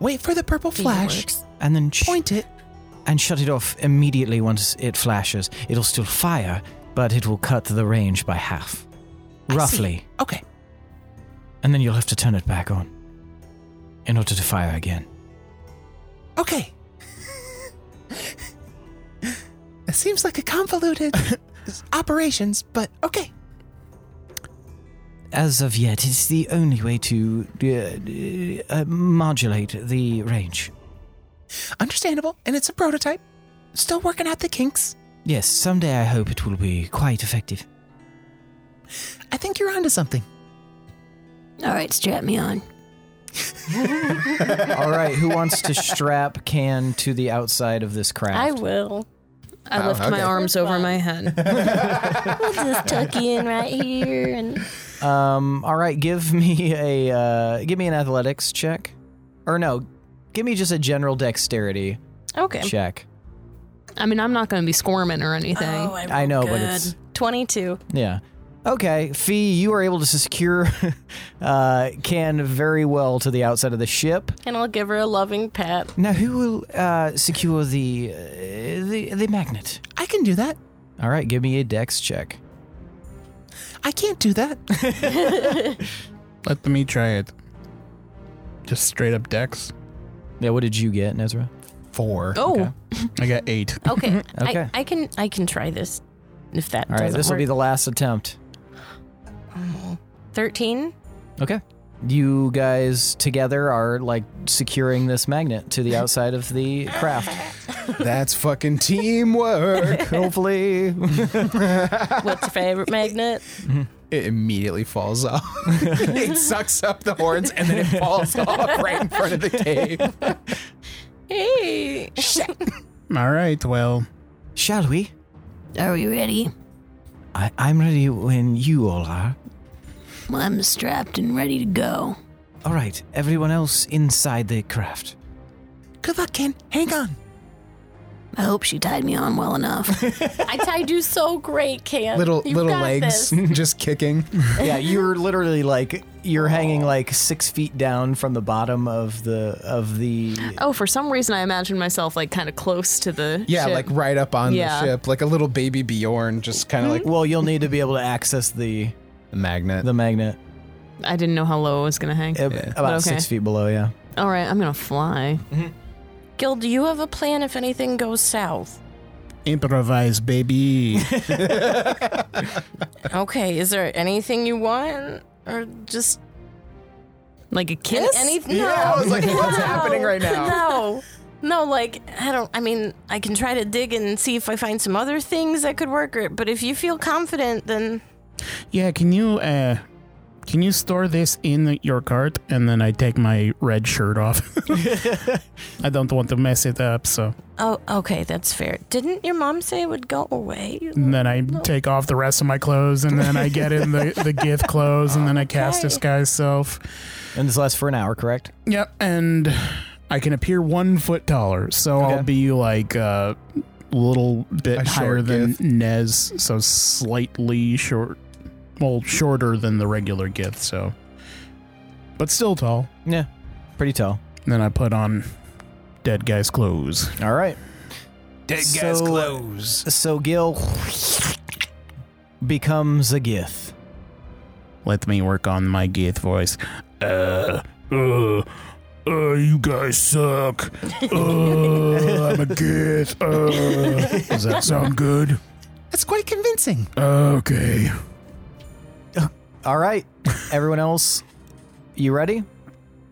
wait for the purple flash,
Fireworks.
And then sh-
point it.
and shut it off immediately once it flashes. It'll still fire, but it will cut the range by half,
I see.
roughly.
Okay.
And then you'll have to turn it back on in order to fire again.
Okay. it seems like a convoluted operations, but okay.
As of yet, it's the only way to uh, uh, modulate the range.
Understandable, and it's a prototype. Still working out the kinks.
Yes, someday I hope it will be quite effective.
I think you're onto something.
All right, strap me on.
All right, who wants to strap can to the outside of this craft?
I will.
I
Oh,
lift my
okay.
arms over my head.
We'll just tuck you in right here and
Um, all right, give me a uh, give me an athletics check, or no, give me just a general dexterity
okay.
check.
I mean, I'm not going to be squirming or anything.
I know, but it's
Twenty-two.
yeah. Okay, Fee, you are able to secure uh, can very well to the outside of the ship.
And I'll give her a loving pat.
Now, who will uh, secure the, uh, the the magnet?
I can do that.
All right, give me a dex check.
I can't do that.
Let me try it. Just straight up dex.
Yeah, what did you get, Nezra?
Four.
oh,
I got eight.
Okay.
Okay.
I, I can I can try this if that
All right,
doesn't
this will
work.
be the last attempt.
Thirteen.
Okay. You guys together are like securing this magnet to the outside of the craft.
That's fucking teamwork.
Hopefully.
What's your favorite magnet?
it immediately falls off. it sucks up the horns and then it falls off right in front of the cave.
Hey.
All right, well,
Shall we?
Are we ready?
I, I'm ready when you all are.
Well, I'm strapped and ready to go.
All right, everyone else inside the craft.
Good luck, Ken. Hang on.
I hope she tied me on well enough.
I tied you so great, Cam.
Little
You've
little
got
legs
this.
just kicking.
yeah, you're literally like you're
Oh.
hanging like six feet down from the bottom of the of the
oh! For some reason, I imagine myself like kind of close to the
Yeah,
ship.
like right up on
Yeah.
the ship, like a little baby Bjorn, just kind of like
Well, you'll need to be able to access the
the magnet.
the magnet
I didn't know how low I was gonna hang.
ab- about
Okay.
six feet below. Yeah.
All right, I'm gonna fly.
Gil, do you have a plan if anything goes south?
improvise, baby.
Okay, is there anything you want? Or just
Like a
any-
kiss?
anything?
Yeah, I was like, what's happening right now?
No. No, like I don't I mean, I can try to dig and see if I find some other things that could work or, but if you feel confident then
yeah, can you uh can you store this in your cart and then I take my red shirt off? I don't want to mess it up, so
Oh, okay, that's fair. Didn't your mom say it would go away?
and then I take off the rest of my clothes and then I get in the, the gift clothes and then I cast
Okay.
disguise self.
And this lasts for an hour, correct?
Yep, and I can appear one foot taller, so
Okay.
I'll be like a little bit
A short
higher than
gift.
Nez, so slightly short, well, shorter than the regular gift, so, but still tall.
Yeah. Pretty tall.
Then I put on dead guy's clothes.
All right.
Dead
guy's So-
clothes.
So Gil becomes a gith.
Let me work on my Gith voice. Uh, uh, uh, you guys suck. Uh, I'm a Gith. Uh. Does that sound good?
That's quite convincing.
Oh, Okay.
All right, everyone else, you ready?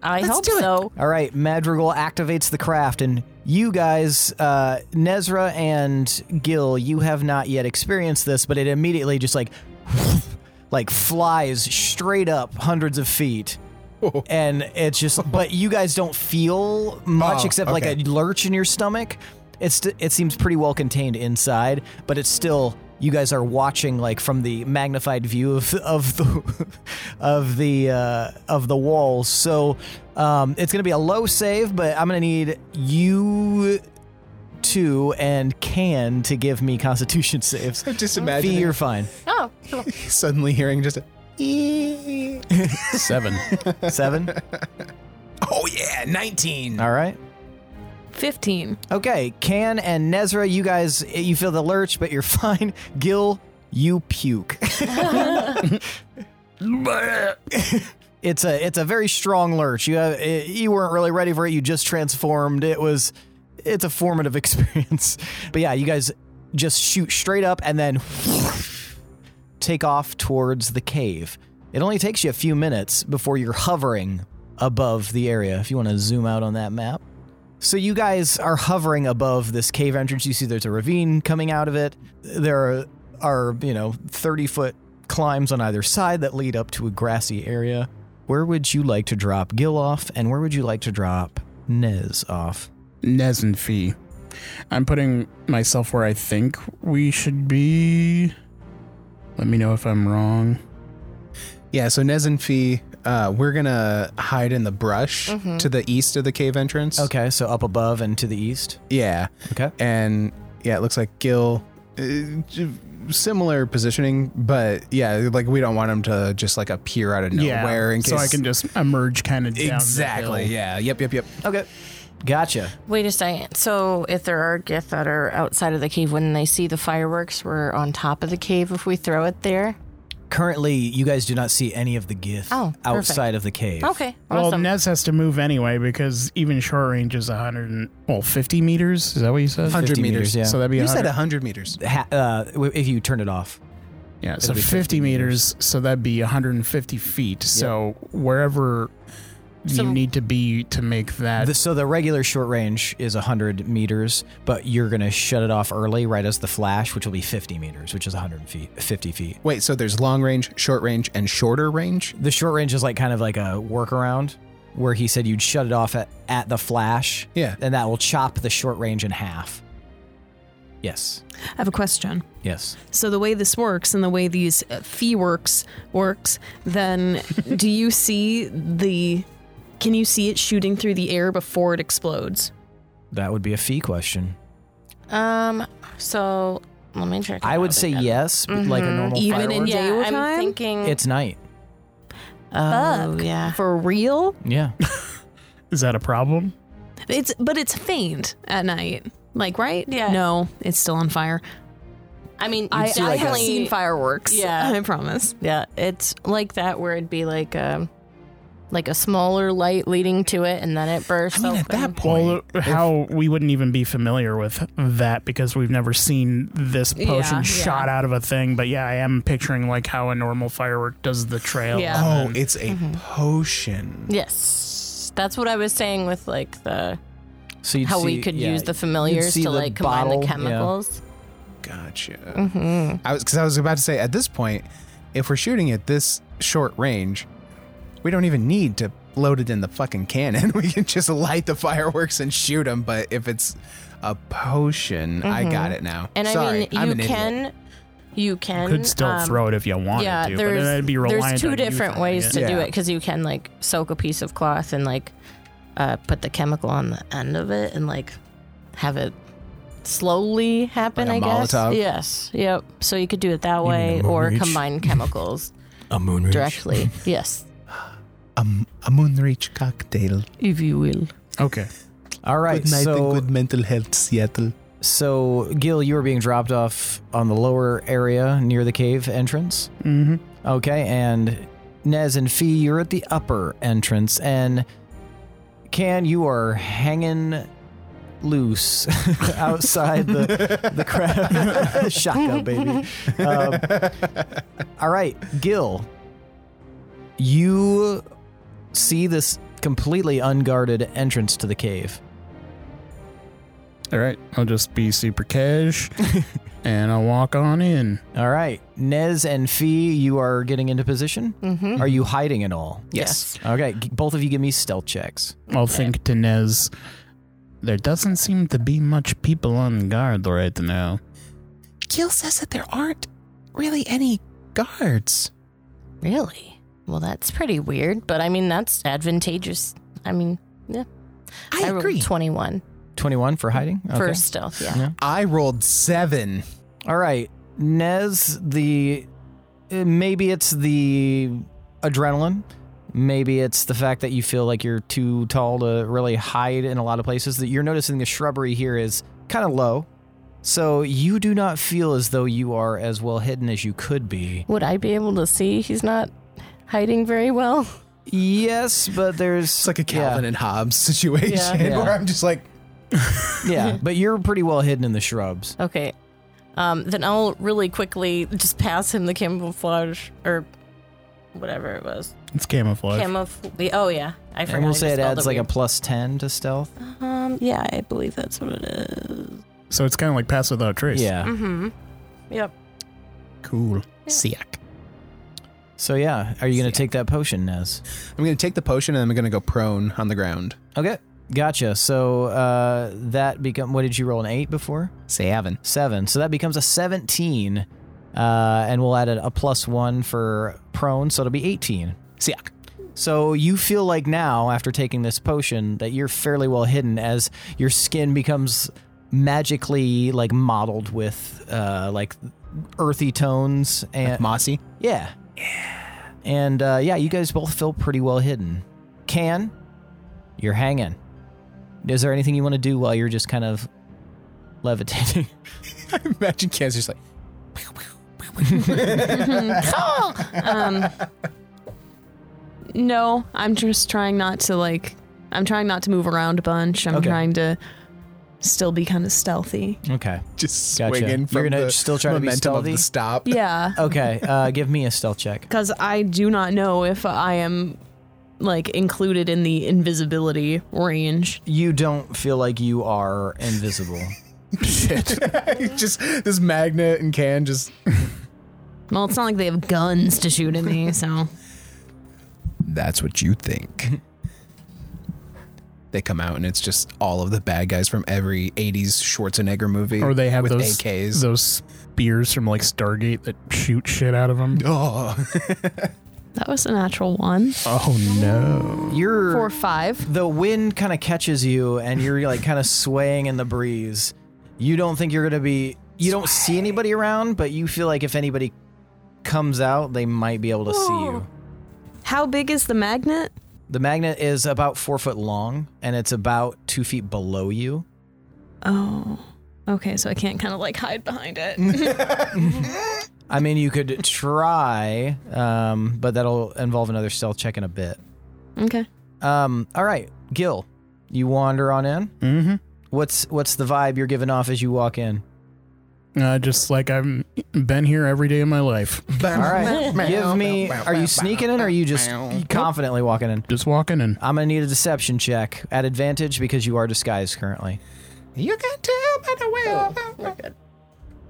I
Let's
hope
do it.
so.
All right, Madrigal activates the craft, and you guys, uh, Nezra and Gil, you have not yet experienced this, but it immediately just like, like flies straight up hundreds of feet. And it's just, but you guys don't feel much
Oh,
except like
okay.
a lurch in your stomach. It's it seems pretty well contained inside, but it's still you guys are watching like from the magnified view of of the of the uh, of the walls. So um, it's gonna be a low save, but I'm gonna need you two and can to give me Constitution saves.
Just
Fee,
imagine
you're fine.
Oh,
suddenly hearing just a,
Seven.
Seven.
oh yeah, 19.
All right.
15.
Okay, Can and Nezra, you guys, you feel the lurch, but you're fine. Gil, you puke. it's a it's a very strong lurch. You have, eh, you weren't really ready for it. You just transformed. It was it's a formative experience. But yeah, you guys just shoot straight up and then take off towards the cave. It only takes you a few minutes before you're hovering above the area. If you want to zoom out on that map. So you guys are hovering above this cave entrance. You see there's a ravine coming out of it. There are, you know, 30 foot climbs on either side that lead up to a grassy area. Where would you like to drop Gil off and where would you like to drop Nez off?
Nez and Fee. I'm putting myself where I think we should be. Let me know if I'm wrong.
Yeah, so Nez and Fee, uh, we're gonna hide in the brush to the east of the cave entrance.
Okay, so up above and to the east.
Yeah.
Okay.
And yeah, it looks like Gil, uh, j- similar positioning, but yeah, like we don't want him to just like appear out of nowhere in case.
so I can just emerge kind of
exactly. Yeah. Yep. Yep. Yep.
Okay. Gotcha.
Wait a second. So if there are Gith that are outside of the cave, when they see the fireworks, we're on top of the cave if we throw it there.
Currently, you guys do not see any of the gith
Oh, perfect.
outside of the cave.
Okay.
Well,
Awesome.
Nez has to move anyway because even short range is 100 and, well, 50 meters. Is that what you said?
100
50
meters.
meters, yeah.
So that'd be
You
100.
said 100 meters.
Ha- uh, w- if you turn it off.
Yeah, so
be
50, meters, so that'd be 150 feet. So wherever
So-
you need to be to make that.
The, so the regular short range is 100 meters, but you're going to shut it off early, right as the flash, which will be 50 meters, which is 100 feet, 50 feet.
Wait, so there's long range, short range, and shorter range?
The short range is like kind of like a workaround where he said you'd shut it off at, at the flash,
Yeah.
and that will chop the short range in half. Yes.
I have a question.
Yes.
So the way this works and the way these uh, fee works works, then do you see the? Can you see it shooting through the air before it explodes?
That would be a fee question.
um. So let me check.
I
it
would
out
say
again.
yes, but like a
Mhm.
normal
Mm-hmm. Even in
firework.
j-
Yeah,
Jail
I'm
time?
thinking.
It's night.
oh
Fuck.
yeah.
For real?
Yeah.
is that a problem?
It's but it's faint at night. Like right?
Yeah.
No, it's still on fire.
I mean,
I,
it's
I have
definitely-
seen fireworks.
Yeah.
I promise.
Yeah, it's like that where it'd be like a like a smaller light leading to it, and then it
I
bursts.
mean, at
open.
that point,
Well, how we wouldn't even be familiar with that because we've never seen this potion
Yeah.
shot out of a thing. But yeah, I am picturing like how a normal firework does the trail.
Yeah.
and
oh,
then-
it's a potion.
Yes, that's what I was saying with like the
So you'd
how
see,
we could
yeah,
use the
you'd
familiars
see
to
the
like combine
bottle,
the
yeah.
chemicals.
Gotcha.
Mm-hmm.
I was because I was about to say at this point, if we're shooting at this short range, we don't even need to load it in the fucking cannon. We can just light the fireworks and shoot them. But if it's a potion, I got it now.
Mm-hmm. And
Sorry,
I mean, you
I'm an
can,
Idiot.
you can
could still
um,
throw it if you wanted
yeah,
to, but
there's
then it'd be reliant
there's two
on you
different
throwing
ways
it.
to do
Yeah.
it because you can like soak a piece of cloth and like uh, put the chemical on the end of it and like have it slowly happen. I
Like a
guess
Molotov?
yes, yep. So you could do it that way
a moon
or
reach?
combine chemicals
a moon ridge.
directly. yes,
Um, a moonreach cocktail.
if you will.
Okay.
All right.
good night
so
and good mental health, Seattle.
So, Gil, you were being dropped off on the lower area near the cave entrance.
Mm-hmm.
hmm
Okay, and Nez and Fee, you're at the upper entrance, and Can, you are hanging loose outside the, the crowd. Shotgun, baby. Um, all right, Gil, you see this completely unguarded entrance to the cave.
All right. I'll just be super cash and I'll walk on in.
All right, Nez and Fee, you are getting into position.
Mm-hmm.
Are you hiding at all?
Yes.
Okay, g- both of you give me stealth checks.
I'll think to Nez. There doesn't seem to be much people on guard right now.
Keel says that there aren't really any guards.
Really? Well, that's pretty weird, but I mean, that's advantageous. I mean, yeah.
I
rolled
agree.
21
21 for hiding? Okay.
for stealth, yeah.
I rolled seven.
All right. Nez, the. eh, Maybe it's the adrenaline. Maybe it's the fact that you feel like you're too tall to really hide in a lot of places. That you're noticing the shrubbery here is kind of low. So you do not feel as though you are as well hidden as you could be.
Would I be able to see he's not hiding very well?
Yes, but there's.
It's like a Calvin and Hobbes situation
Yeah.
where I'm just like,
Yeah, but you're pretty well hidden in the shrubs.
Okay. Um, then I'll really quickly just pass him the camouflage or whatever it was.
It's camouflage.
Camouflage. Oh, yeah. I forgot.
And we'll
I
say it
spelled
adds like a
weird.
plus 10 to stealth.
Um, yeah, I believe that's what it is.
so it's kind of like pass without trace.
Yeah.
Mm hmm. Yep.
Cool.
Siak.
So yeah, are you going to take that potion, Nez?
I'm going to take the potion and I'm going to go prone on the ground.
Okay. Gotcha. So uh, that become what did you roll an 8 before?
Seven.
7. So that becomes a 17. Uh, and we'll add a, a plus 1 for prone, so it'll be 18.
Siak.
So you feel like now, after taking this potion, that you're fairly well hidden as your skin becomes magically like modeled with uh, like earthy tones and
Mossy.
yeah, yeah, and uh, yeah, you guys both feel pretty well hidden. Can you're hanging? Is there anything you want to do while you're just kind of levitating?
Imagine Ken's just like,
Mm-hmm.
um, no, I'm just trying not to like. I'm trying not to move around a bunch. I'm
Okay.
trying to still be kind of stealthy.
okay,
just
Gotcha.
swinging
You're
from
gonna
the
still try to be
momentum of
stealthy?
the stop.
Yeah,
okay. Uh, give me a stealth check.
because I do not know if I am like included in the invisibility range.
You don't feel like you are invisible.
just this magnet and can just
Well, it's not like they have guns to shoot at me, so
that's what you think they come out and it's just all of the bad guys from every 80s schwarzenegger movie
Or they have
with
those
ak's
those spears from like Stargate that shoot shit out of them.
oh
that was a natural one.
Oh no!
You're
Four five.
the wind kind of catches you and you're like kind of swaying in the breeze. You don't think you're going to be you don't see anybody around, but you feel like if anybody comes out, they might be able to see
Oh.
you.
How big is the magnet?
The magnet is about four foot long and it's about two feet below you.
Oh, okay. So I can't kind of like hide behind it.
I mean, you could try, um, but that'll involve another stealth check in a bit.
okay.
Um, all right, Gil, you wander on in.
Mm-hmm.
What's what's the vibe you're giving off as you walk in?
Uh, just like I've been here every day of my life,
All right, give me. Are you sneaking in, or are you just e-, confidently walking in?
just walking and
I'm gonna need a deception check at advantage because you are disguised currently.
you can tell by the way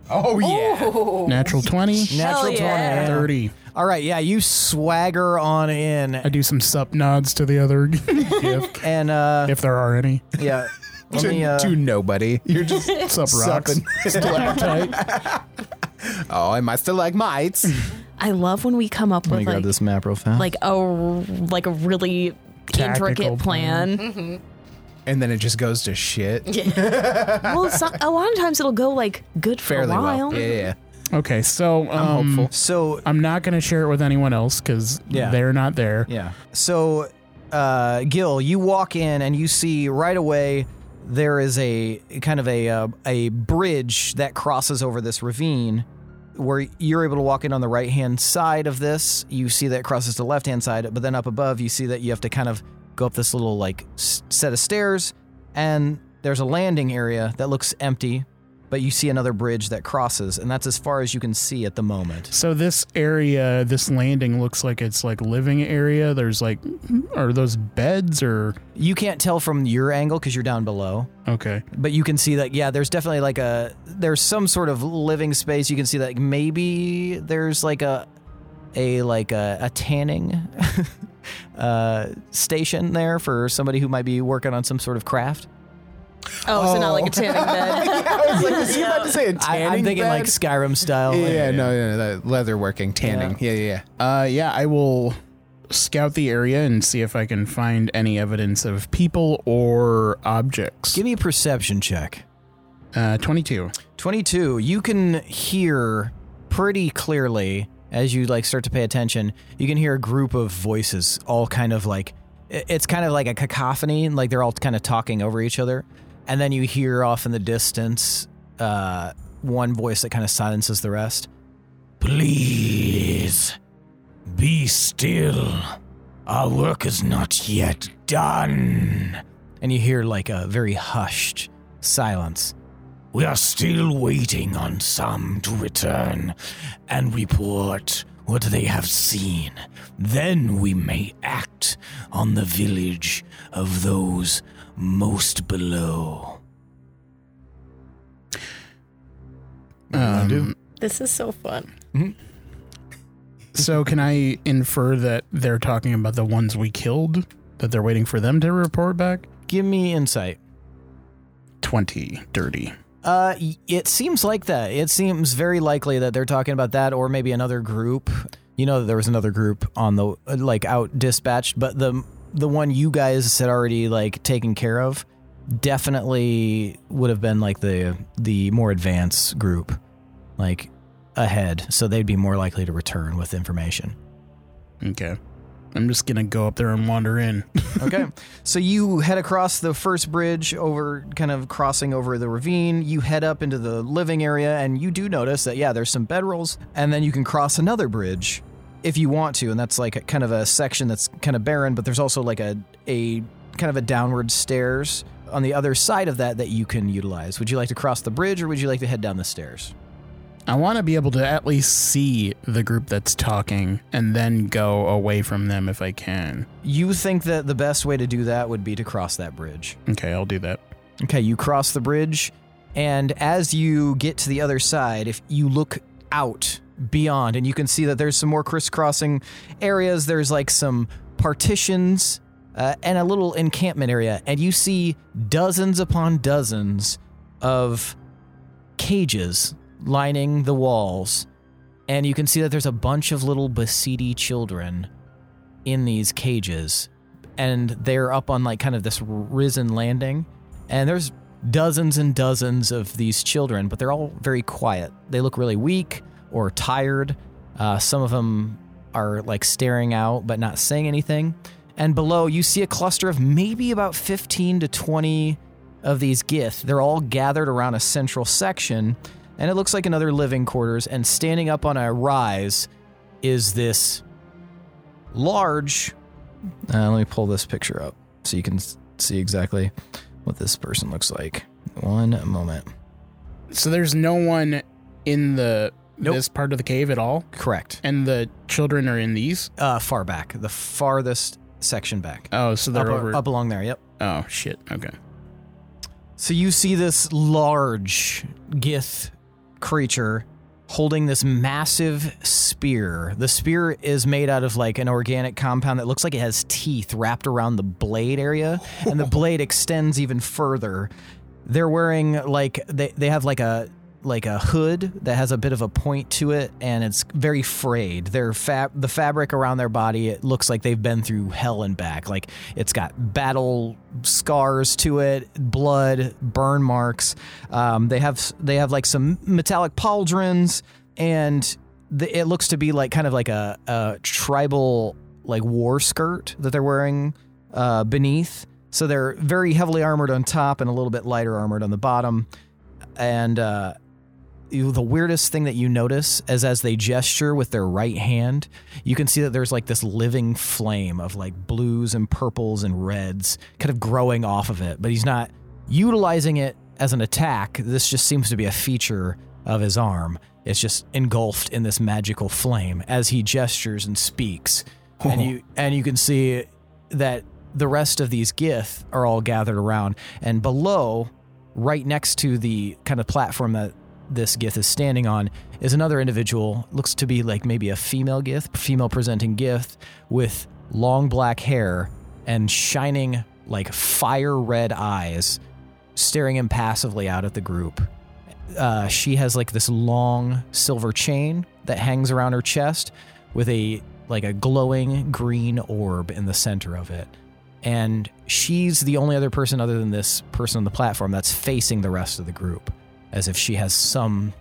oh, oh yeah
natural twenty,
Natural
yeah.
20.
thirty.
All right, yeah, you swagger on
I
in,
do some sup nods to the other if,
and uh,
if there are any.
yeah. Let
to,
me, uh,
to nobody you're just
Sup rocks.
supping. oh i must have like mites
I love when we come up with like
map real fast.
like a like a really
Tactical
intricate plan.
and then it just goes to
Mm-hmm.
shit
well, so, a lot of times it'll go like good for
fairly
a while.
well yeah, yeah
Okay, so um, I'm,
so
not gonna share it with anyone else because
Yeah.
they're not there.
Yeah. So, uh, Gil, you walk in and you see right away there is a kind of a uh, a bridge that crosses over this ravine. Where you're able to walk in on the right hand side of this, you see that it crosses to the left hand side, but then up above, you see that you have to kind of go up this little like s- set of stairs, and there's a landing area that looks empty, but you see another bridge that crosses, and that's as far as you can see at the moment.
So this area, this landing looks like it's like living area. There's like, are those beds or
You can't tell from your angle because you're down below,
okay?
but you can see that yeah there's definitely like a there's some sort of living space you can see that like, maybe there's like a a like a, a tanning uh station there for somebody who might be working on some sort of craft
Oh, so not like a tanning bed.
I was like, is he about to say a
I,
tanning
I'm thinking
bed?
like Skyrim style.
Yeah, yeah,
Oh,
no, no, no, that leather working, tanning. Yeah, yeah,
Uh, yeah, I will scout the area and see if I can find any evidence of people or objects.
Give me a perception check.
Uh, 22.
22 you can hear pretty clearly as you like start to pay attention you can hear a group of voices all kind of like i- it's kind of like a cacophony like they're all kind of talking over each other and then you hear off in the distance uh, one voice that kind of silences the rest please be still our work is not yet done and you hear like a very hushed silence we are still waiting on some to return and report what they have seen. Then we may act on the village of those most below.
Um,
This is so fun.
So, can I infer that they're talking about the ones we killed? That they're waiting for them to report back?
Give me insight.
20. Dirty.
Uh, y- it seems like that. It seems very likely that they're talking about that, or maybe another group. You know, that there was another group on the uh, like out dispatched, but the the one you guys had already like taken care of definitely would have been like the the more advanced group, like ahead. So they'd be more likely to return with information.
Okay. I'm just going to go up there and wander in.
Okay. so you head across the first bridge over kind of crossing over the ravine. You head up into the living area and you do notice that yeah, there's some bedrolls and then you can cross another bridge if you want to and that's like a, kind of a section that's kind of barren, but there's also like a a kind of a downward stairs on the other side of that that you can utilize. Would you like to cross the bridge or would you like to head down the stairs?
I want to be able to at least see the group that's talking and then go away from them if I can.
You think that the best way to do that would be to cross that bridge.
Okay, I'll do that.
Okay, you cross the bridge, and as you get to the other side, if you look out beyond, and you can see that there's some more crisscrossing areas, there's like some partitions uh, and a little encampment area, and you see dozens upon dozens of cages lining the walls, and you can see that there's a bunch of little Basidi children in these cages, and they're up on like kind of this risen landing. And there's dozens and dozens of these children, but they're all very quiet. They look really weak or tired. Uh, some of them are like staring out but not saying anything. And below, you see a cluster of maybe about 15 to 20 of these gith. They're all gathered around a central section, and it looks like another living quarters. And standing up on a rise is this large. Uh, let me pull this picture up so you can s- see exactly what this person looks like. One moment.
So there's no one in the
Nope.
this part of the cave at all,
Correct.
and the children are in these.
Uh, far back, the farthest section back.
Oh, so
Up,
they're over.
up along there. Yep.
Oh shit. Okay.
So you see this large gith creature holding this massive spear. The spear is made out of like an organic compound that looks like it has teeth wrapped around the blade area, and the blade extends even further. They're wearing like they, they have like a like a hood that has a bit of a point to it and it's very frayed. Their fab the fabric around their body it looks like they've been through hell and back. Like it's got battle scars to it, blood, burn marks. Um, they have they have like some metallic pauldrons and the, it looks to be like kind of like a, a tribal like war skirt that they're wearing uh, beneath. So they're very heavily armored on top and a little bit lighter armored on the bottom. And uh, you- the weirdest thing that you notice is as they gesture with their right hand, you can see that there's like this living flame of like blues and purples and reds kind of growing off of it. But he's not utilizing it as an attack. This just seems to be a feature of his arm. It's just engulfed in this magical flame as he gestures and speaks. And you and you can see that the rest of these gith are all gathered around and below right next to the kind of platform that this gith is standing on is another individual looks to be like maybe a female gith female presenting gith with long black hair and shining like fire red eyes staring impassively out at the group. Uh, she has like this long silver chain that hangs around her chest with a like a glowing green orb in the center of it. And she's the only other person other than this person on the platform that's facing the rest of the group as if she has some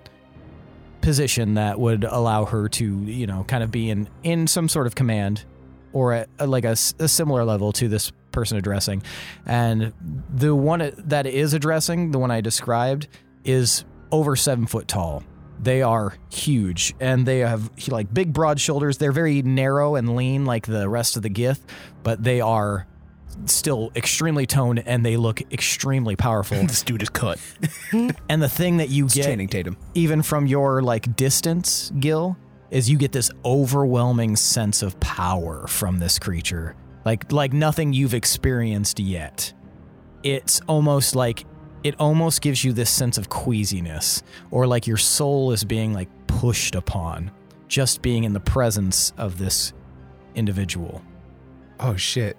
position that would allow her to, you know, kind of be in in some sort of command or at, uh, like a, s- a similar level to this person addressing. And the one that is addressing, the one I described, is over seven foot tall. They are huge and they have he- like big, broad shoulders. They're very narrow and lean, like the rest of the Gith, but they are still extremely toned and they look extremely powerful.
This dude is cut.
and the thing that you
It's
get
Channing Tatum.
even from your like distance, Gil, is you get this overwhelming sense of power from this creature. Like like nothing you've experienced yet. It's almost like it almost gives you this sense of queasiness or like your soul is being like pushed upon just being in the presence of this individual.
Oh shit.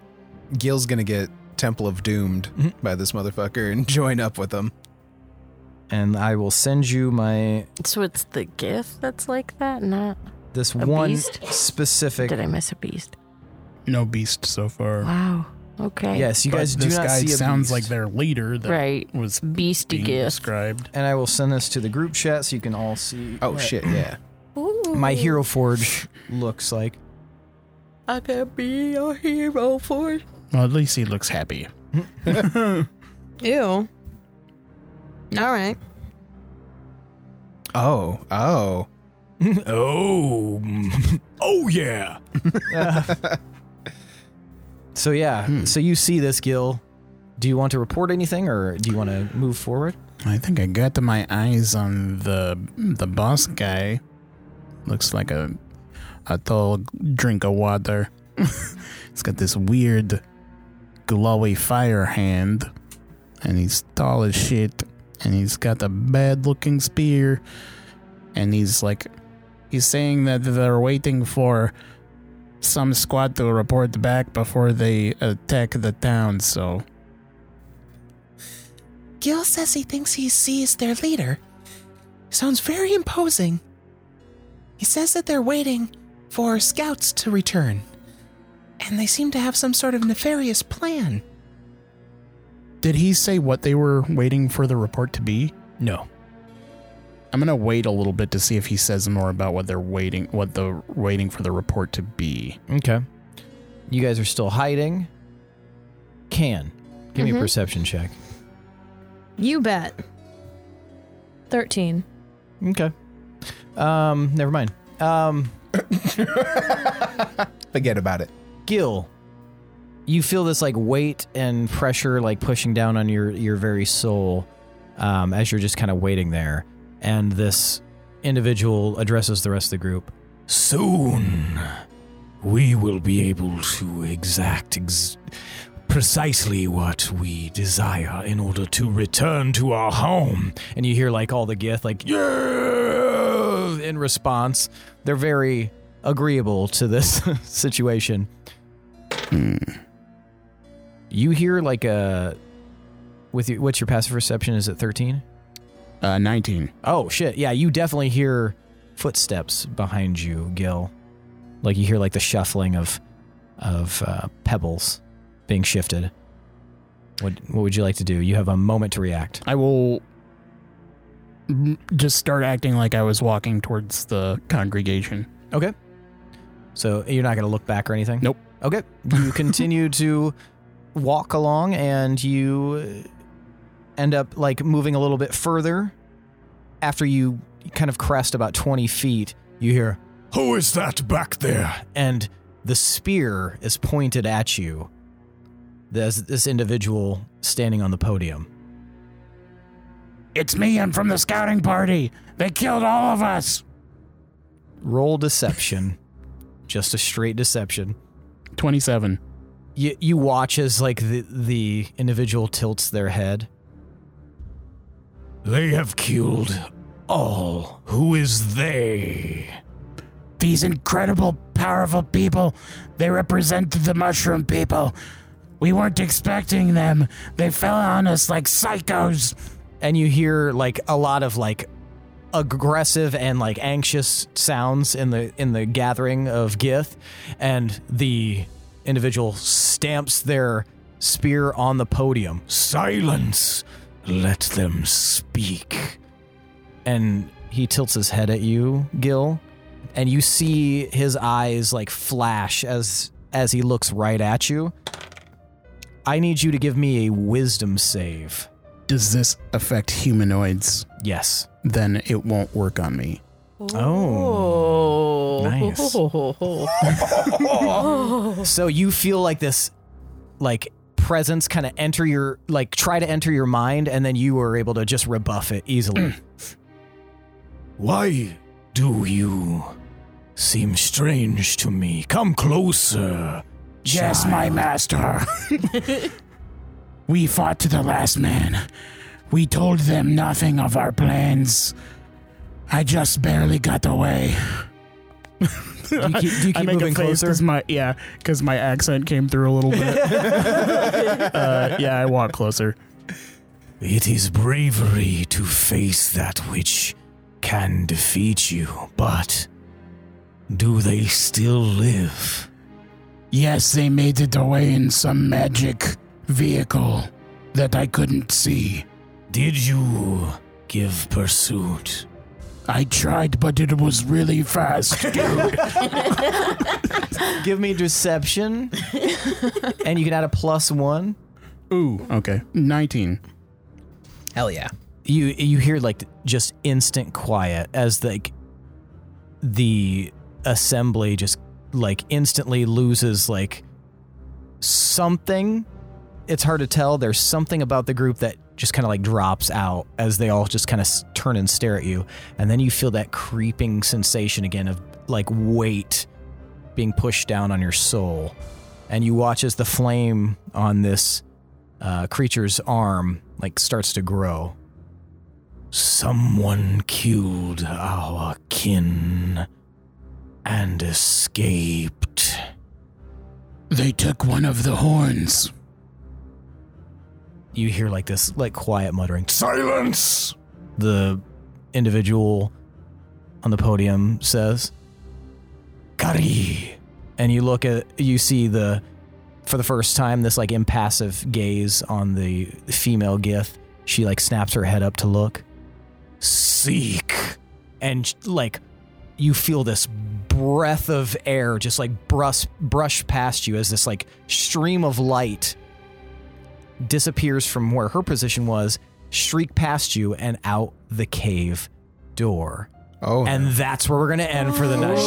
Gil's gonna get Temple of Doomed
Mhm.
by this motherfucker and join up with him.
And I will send you my
So it's the gift that's like that, not
this
A
one
beast?
specific
did I miss a beast?
No beast so far.
Wow. Okay.
Yes, you
But
guys do
this
not
guy
see a
sounds
beast.
like their leader that
Right.
was
Beastie
being
gift.
described.
and I will send this to the group chat so you can all see.
Oh
what
shit, yeah.
My Hero Forge looks like.
I can be a hero for
Well, at least he looks happy.
Ew. All right.
Oh, oh.
oh, oh yeah. so yeah,
Hmm.
so you see this, Gil. Do you want to report anything, or do you want to move forward?
I think I got my eyes on the the boss guy. Looks like a a tall drink of water. He's got this weird glowy fire hand, and he's tall as shit, and he's got a bad looking spear, and he's like he's saying that they're waiting for some squad to report back before they attack the town, so
Gil says he thinks he sees their leader. Sounds very imposing. He says that they're waiting for scouts to return. And they seem to have some sort of nefarious plan.
Did he say what they were waiting for the report to be?
No.
I'm gonna wait a little bit to see if he says more about what they're waiting, what the waiting for the report to be.
Okay. You guys are still hiding. Can give me
Mm-hmm.
Mhm.
a perception check.
You bet. 13.
Okay. Um. Never mind. Um.
Forget about it.
Gil, you feel this like weight and pressure like pushing down on your your very soul um, as you're just kind of waiting there. And this individual addresses the rest of the group. Soon, we will be able to exact ex- precisely what we desire in order to return to our home. And you hear like all the gith like yeah in response. They're very agreeable to this situation. You hear like a with your, what's your passive perception? Is it thirteen?
Uh, 19.
Oh shit! Yeah, you definitely hear footsteps behind you, Gil. Like you hear like the shuffling of of uh, pebbles being shifted. What what would you like to do? You have a moment to react.
I will m- just start acting like I was walking towards the congregation.
Okay. So you're not going to look back or anything?
Nope.
Okay. You continue to walk along and you end up like moving a little bit further. After you kind of crest about 20 feet, you hear, Who is that back there? And the spear is pointed at you. There's this individual standing on the podium.
It's me. I'm from the scouting party. They killed all of us.
Roll deception. Just a straight deception.
27.
you you watch as like the the individual tilts their head. They have killed all. Who is they?
These incredible, powerful people. They represent the mushroom people. We weren't expecting them. They fell on us like psychos.
and you hear like a lot of like aggressive and like anxious sounds in the in the gathering of Gith, and the individual stamps their spear on the podium. Silence. Let them speak. And he tilts his head at you, Gil, and you see his eyes like flash as as he looks right at you. I need you to give me a wisdom save.
Does this affect humanoids?
Yes.
Then it won't work on me.
Oh. Nice. so you feel like this like presence kind of enter your like try to enter your mind and then you were able to just rebuff it easily. Why do you seem strange to me? Come closer.
Yes, my master. we fought to the last man. We told them nothing of our plans. I just barely got away.
Do you keep, do you keep moving closer?
my yeah, because my accent came through a little bit. uh, yeah, I walk closer.
It is bravery to face that which can defeat you, but do they still live?
Yes, they made it away in some magic vehicle that I couldn't see.
Did you give pursuit?
I tried, but it was really fast.
Um, Give me deception, and you can add a plus one.
Ooh, okay. 19.
Hell yeah.
You you hear like just instant quiet as like the assembly just like instantly loses like something. It's hard to tell. There's something about the group that just kind of like drops out as they all just kind of s- turn and stare at you, and then you feel that creeping sensation again of like weight being pushed down on your soul, and you watch as the flame on this uh, creature's arm like starts to grow. Someone killed our kin and escaped.
They took one of the horns.
You hear like this like quiet muttering.
Silence!
The individual on the podium says, "Kari." And you look at you see the for the first time this like impassive gaze on the female gith. She like snaps her head up to look. Seek. And like you feel this breath of air just like brush brush past you as this like stream of light disappears from where her position was, streak past you and out the cave door.
Oh,
And that's where we're going to end for the night.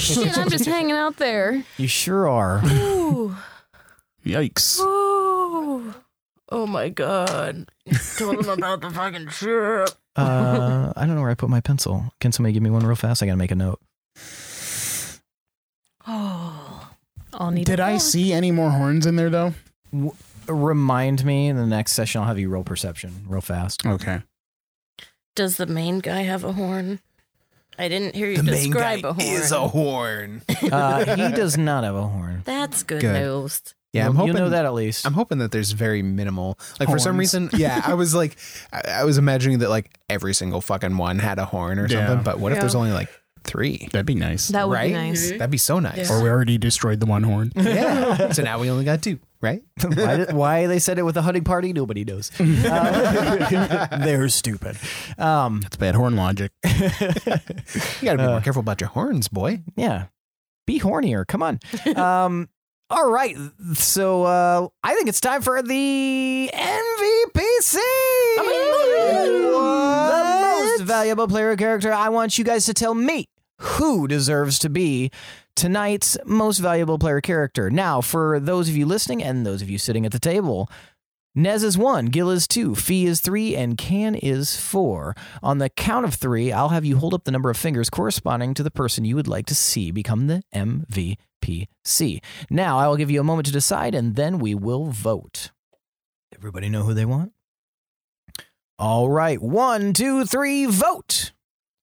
Shit, I'm just hanging out there.
You sure are.
Ooh.
Yikes.
Ooh. Oh my god. Told him about the fucking ship.
Uh, I don't know where I put my pencil. Can somebody give me one real fast? I got to make a note.
Oh.
I'll need
Did
a
I
phone.
see any more horns in there, though?
Remind me in the next session, I'll have you roll perception real fast.
Okay.
Does the main guy have a horn? I didn't hear you
the main guy
describe a horn.
is a horn.
Uh, he does not have a horn.
That's good,
Good.
news.
Yeah, I'm
Well,
hoping
you know that at least.
I'm hoping that there's very minimal. Like for some
Horns.
reason, yeah, I was like, I, I was imagining that like every single fucking one had a horn or
Yeah.
something. But what if
Yeah.
there's only like three?
That'd be nice.
That would
right?
be nice.
That'd be so nice.
Or we already destroyed the one horn.
yeah. So now we only got two, right?
why, did- why they said it with the hunting party, nobody knows. Uh, they're stupid. Um,
That's bad horn logic.
You gotta be
Uh,
more careful about your horns, boy.
yeah be hornier come on um all right so uh i think it's time for the mvpc the most valuable player character i want you guys to tell me who deserves to be tonight's most valuable player character now for those of you listening and those of you sitting at the table Nez is one, Gil is two, Fee is three, and Can is four. On the count of three, I'll have you hold up the number of fingers corresponding to the person you would like to see become the MVPC. Now, I will give you a moment to decide, and then we will vote. Everybody know who they want? All right, one, two, three, vote.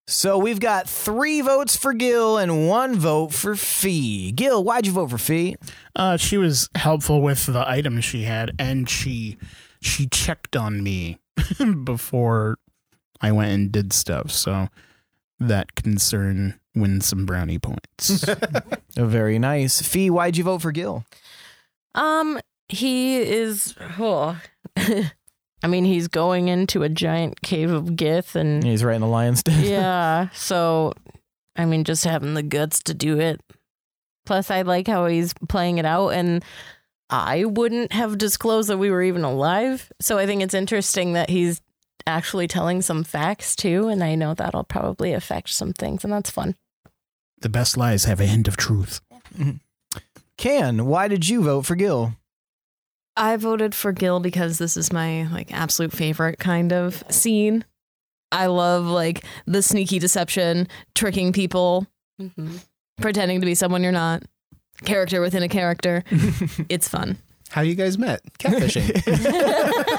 So we've got three votes for Gil and one vote for Fee. Gil, why'd you vote for Fee?
Uh, she was helpful with the items she had, and she she checked on me before I went and did stuff. So that concern wins some brownie points.
Oh, Very nice. Fee, why'd you vote for Gil?
Um, he is. Oh. I mean, he's going into a giant cave of Gith, and
He's right in the lion's den.
yeah. So, I mean, just having the guts to do it. Plus, I like how he's playing it out, and I wouldn't have disclosed that we were even alive. So, I think it's interesting that he's actually telling some facts too, and I know that'll probably affect some things, and that's fun.
the best lies have a hint of truth.
Mm-hmm. Can, why did you vote for Gil?
I voted for Gil because this is my like absolute favorite kind of scene. I love like the sneaky deception, tricking people, pretending to be someone you're not, character within a character. it's fun.
How you guys met? Catfishing.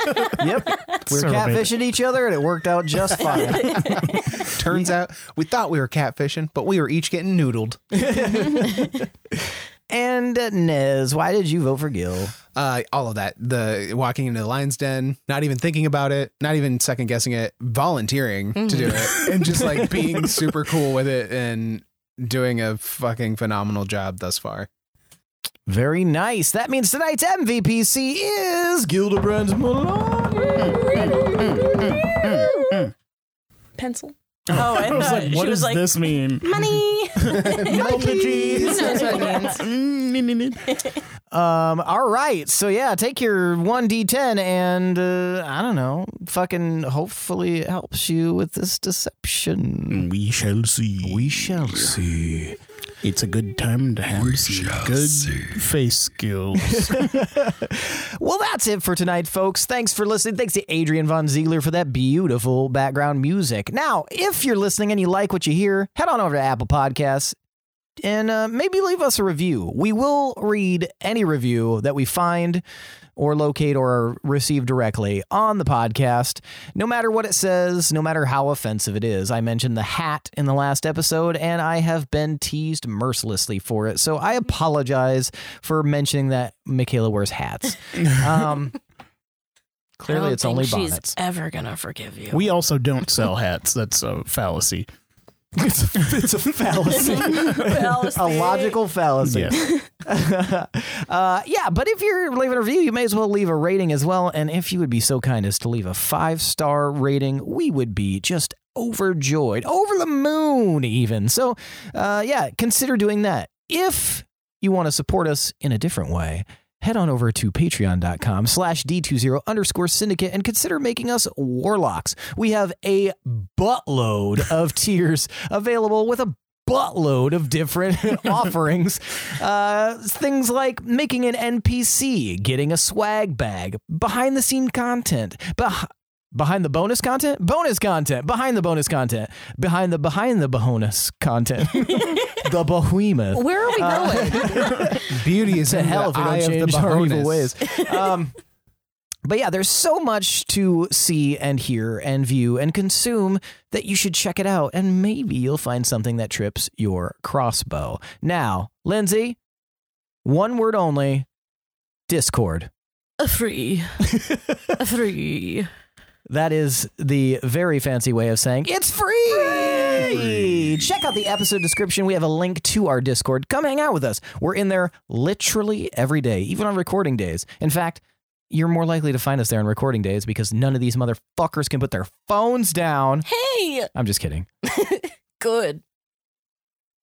Yep. We were
So romantic.
catfishing each other and it worked out just fine.
Turns out we thought we were catfishing, but we were each getting noodled.
and uh, Nez, why did you vote for Gil?
Uh, all of that. The walking into the lion's den, not even thinking about it, not even second guessing it, volunteering to do it, and just like being super cool with it and doing a fucking phenomenal job thus far.
Very nice. That means tonight's MVPC is Gildebrand Maloney.
Oh,
Pencil.
Oh, I,
was like, what does this mean?
money.
Apologies. Mm,
Um, all right. So yeah, take your 1d10 and uh, I don't know, fucking hopefully it helps you with this deception.
we shall see.
We shall see.
It's a good time to have some good face skills.
Well, that's it for tonight, folks. Thanks for listening. Thanks to Adrian Von Ziegler for that beautiful background music. Now, if you're listening and you like what you hear, head on over to Apple Podcasts and uh, maybe leave us a review. We will read any review that we find or locate or receive directly on the podcast, no matter what it says, no matter how offensive it is. I mentioned the hat in the last episode, and I have been teased mercilessly for it. So I apologize for mentioning that Michaela wears hats. Um,
I
clearly,
don't
it's only
think she's
bonnets.
ever gonna forgive you.
we also don't sell hats. That's a fallacy.
It's a, it's a fallacy. a logical fallacy.
Yes.
uh, yeah, but if you're leaving a review, you may as well leave a rating as well. And if you would be so kind as to leave a five star rating, we would be just overjoyed, over the moon, even. So, uh, yeah, consider doing that. If you want to support us in a different way, head on over to patreon.com slash d20 underscore syndicate and consider making us warlocks we have a buttload of tiers available with a buttload of different offerings uh, things like making an npc getting a swag bag behind the scene content beh- behind the bonus content bonus content behind the bonus content behind the behind the bonus content the behemoth Uh,
Where are we going?
Beauty is
to
in
hell
the eye
if we don't
of
change
the
our evil
Bajonas.
ways. Um, but yeah, there's so much to see and hear and view and consume that you should check it out, and maybe you'll find something that trips your crossbow. Now, Lindsay, one word only: Discord.
a free, a free.
That is the very fancy way of saying it's free. Check out the episode description. We have a link to our Discord. Come hang out with us. We're in there literally every day, even on recording days. In fact, you're more likely to find us there on recording days because none of these motherfuckers can put their phones down.
Hey,
I'm just kidding.
good.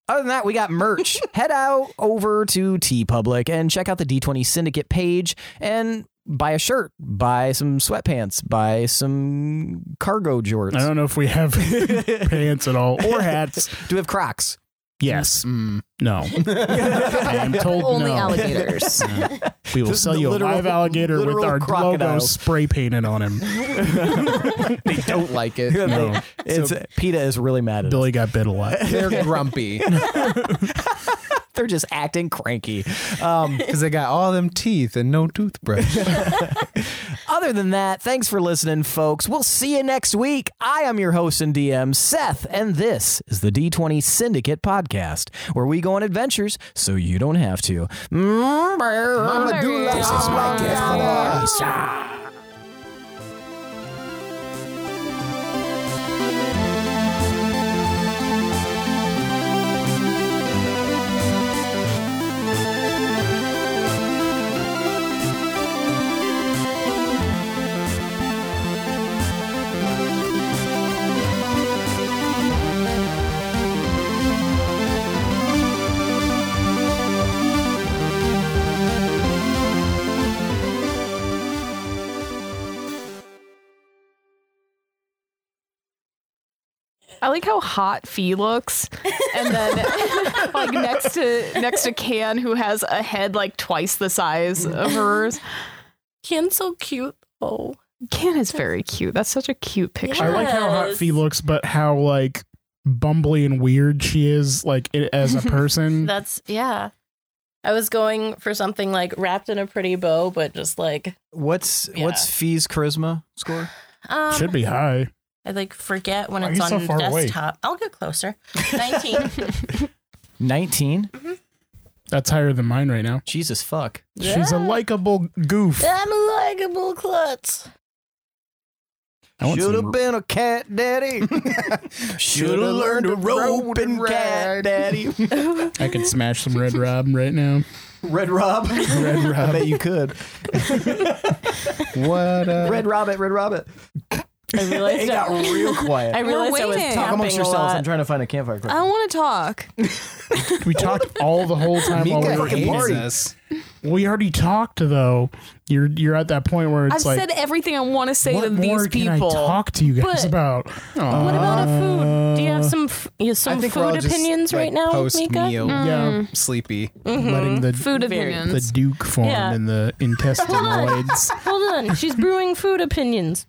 Other than that, we got merch. Head out over to T Public and check out the D20 Syndicate page and buy a shirt, buy some sweatpants, buy some cargo jorts.
I don't know if we have pants at all or hats.
Do we have Crocs?
Yes.
Mm.
No. I am told
Only
no.
alligators.
We will
Just
sell
the
you
literal-
a live alligator with
literal
our logo
crocodile.
spray painted on him.
They don't like it.
No.
It's PETA is really mad at
Billy
us.
got bit a lot.
They're grumpy
They're just acting cranky. Um,
because they got all them teeth and no toothbrush.
other Other than that, thanks for listening, folks. We'll see you next week. I am your host and DM, Seth, and this is the D20 Syndicate podcast, where we go on adventures so you don't have to. Mama
This is my gift for us.
I like how hot Fee looks, and then like next to next to Can, who has a head like twice the size of hers.
Ken's so cute. Oh,
Can is very cute. That's such a cute picture.
I like how hot Fee looks, but how like bumbly and weird she is, like i as a person.
that's yeah. I was going for something like wrapped in a pretty bow, but just like
What's
Yeah.
what's Fee's charisma score?
um,
Should be high.
I like forget when
Why are
it's
you so
on
far away?
desktop. I'll get closer. Nineteen.
19?
Mm-hmm.
That's higher than mine right now.
Jesus fuck.
She's a likable goof.
I'm a likable klutz.
I want
Shoulda
some-
been a cat daddy. Should have learned to rope and cat daddy.
I could smash some Red Rob right now.
Red Rob.
Red
I bet
Rob.
you could.
what? Uh,
Red Robert, Red Robert.
I realized
It
I,
got real quiet.
I realized I was
waiting.
tapping
Talk
amongst
a
yourselves. I'm
lot. Oh.
trying to find a campfire.
I don't want to talk.
we talked all the whole time while we
Mika
were
hates
eating.
us.
We already talked though. You're you're at that point where it's
I've
like
said everything I want to say
what
to
more
these
can I
people.
talk to you guys
But-
about?
What about a food? Do you have
Uh,
some f- you have some
we're all
food
just,
opinions
like,
right now,
Post
Mika? Hmm.
meal,
Mm. yeah, Mm-hmm.
sleepy.
letting the
Food
Very-
opinions.
the Duke form
Yeah.
in the intestinoids.
Hold on, she's brewing food opinions.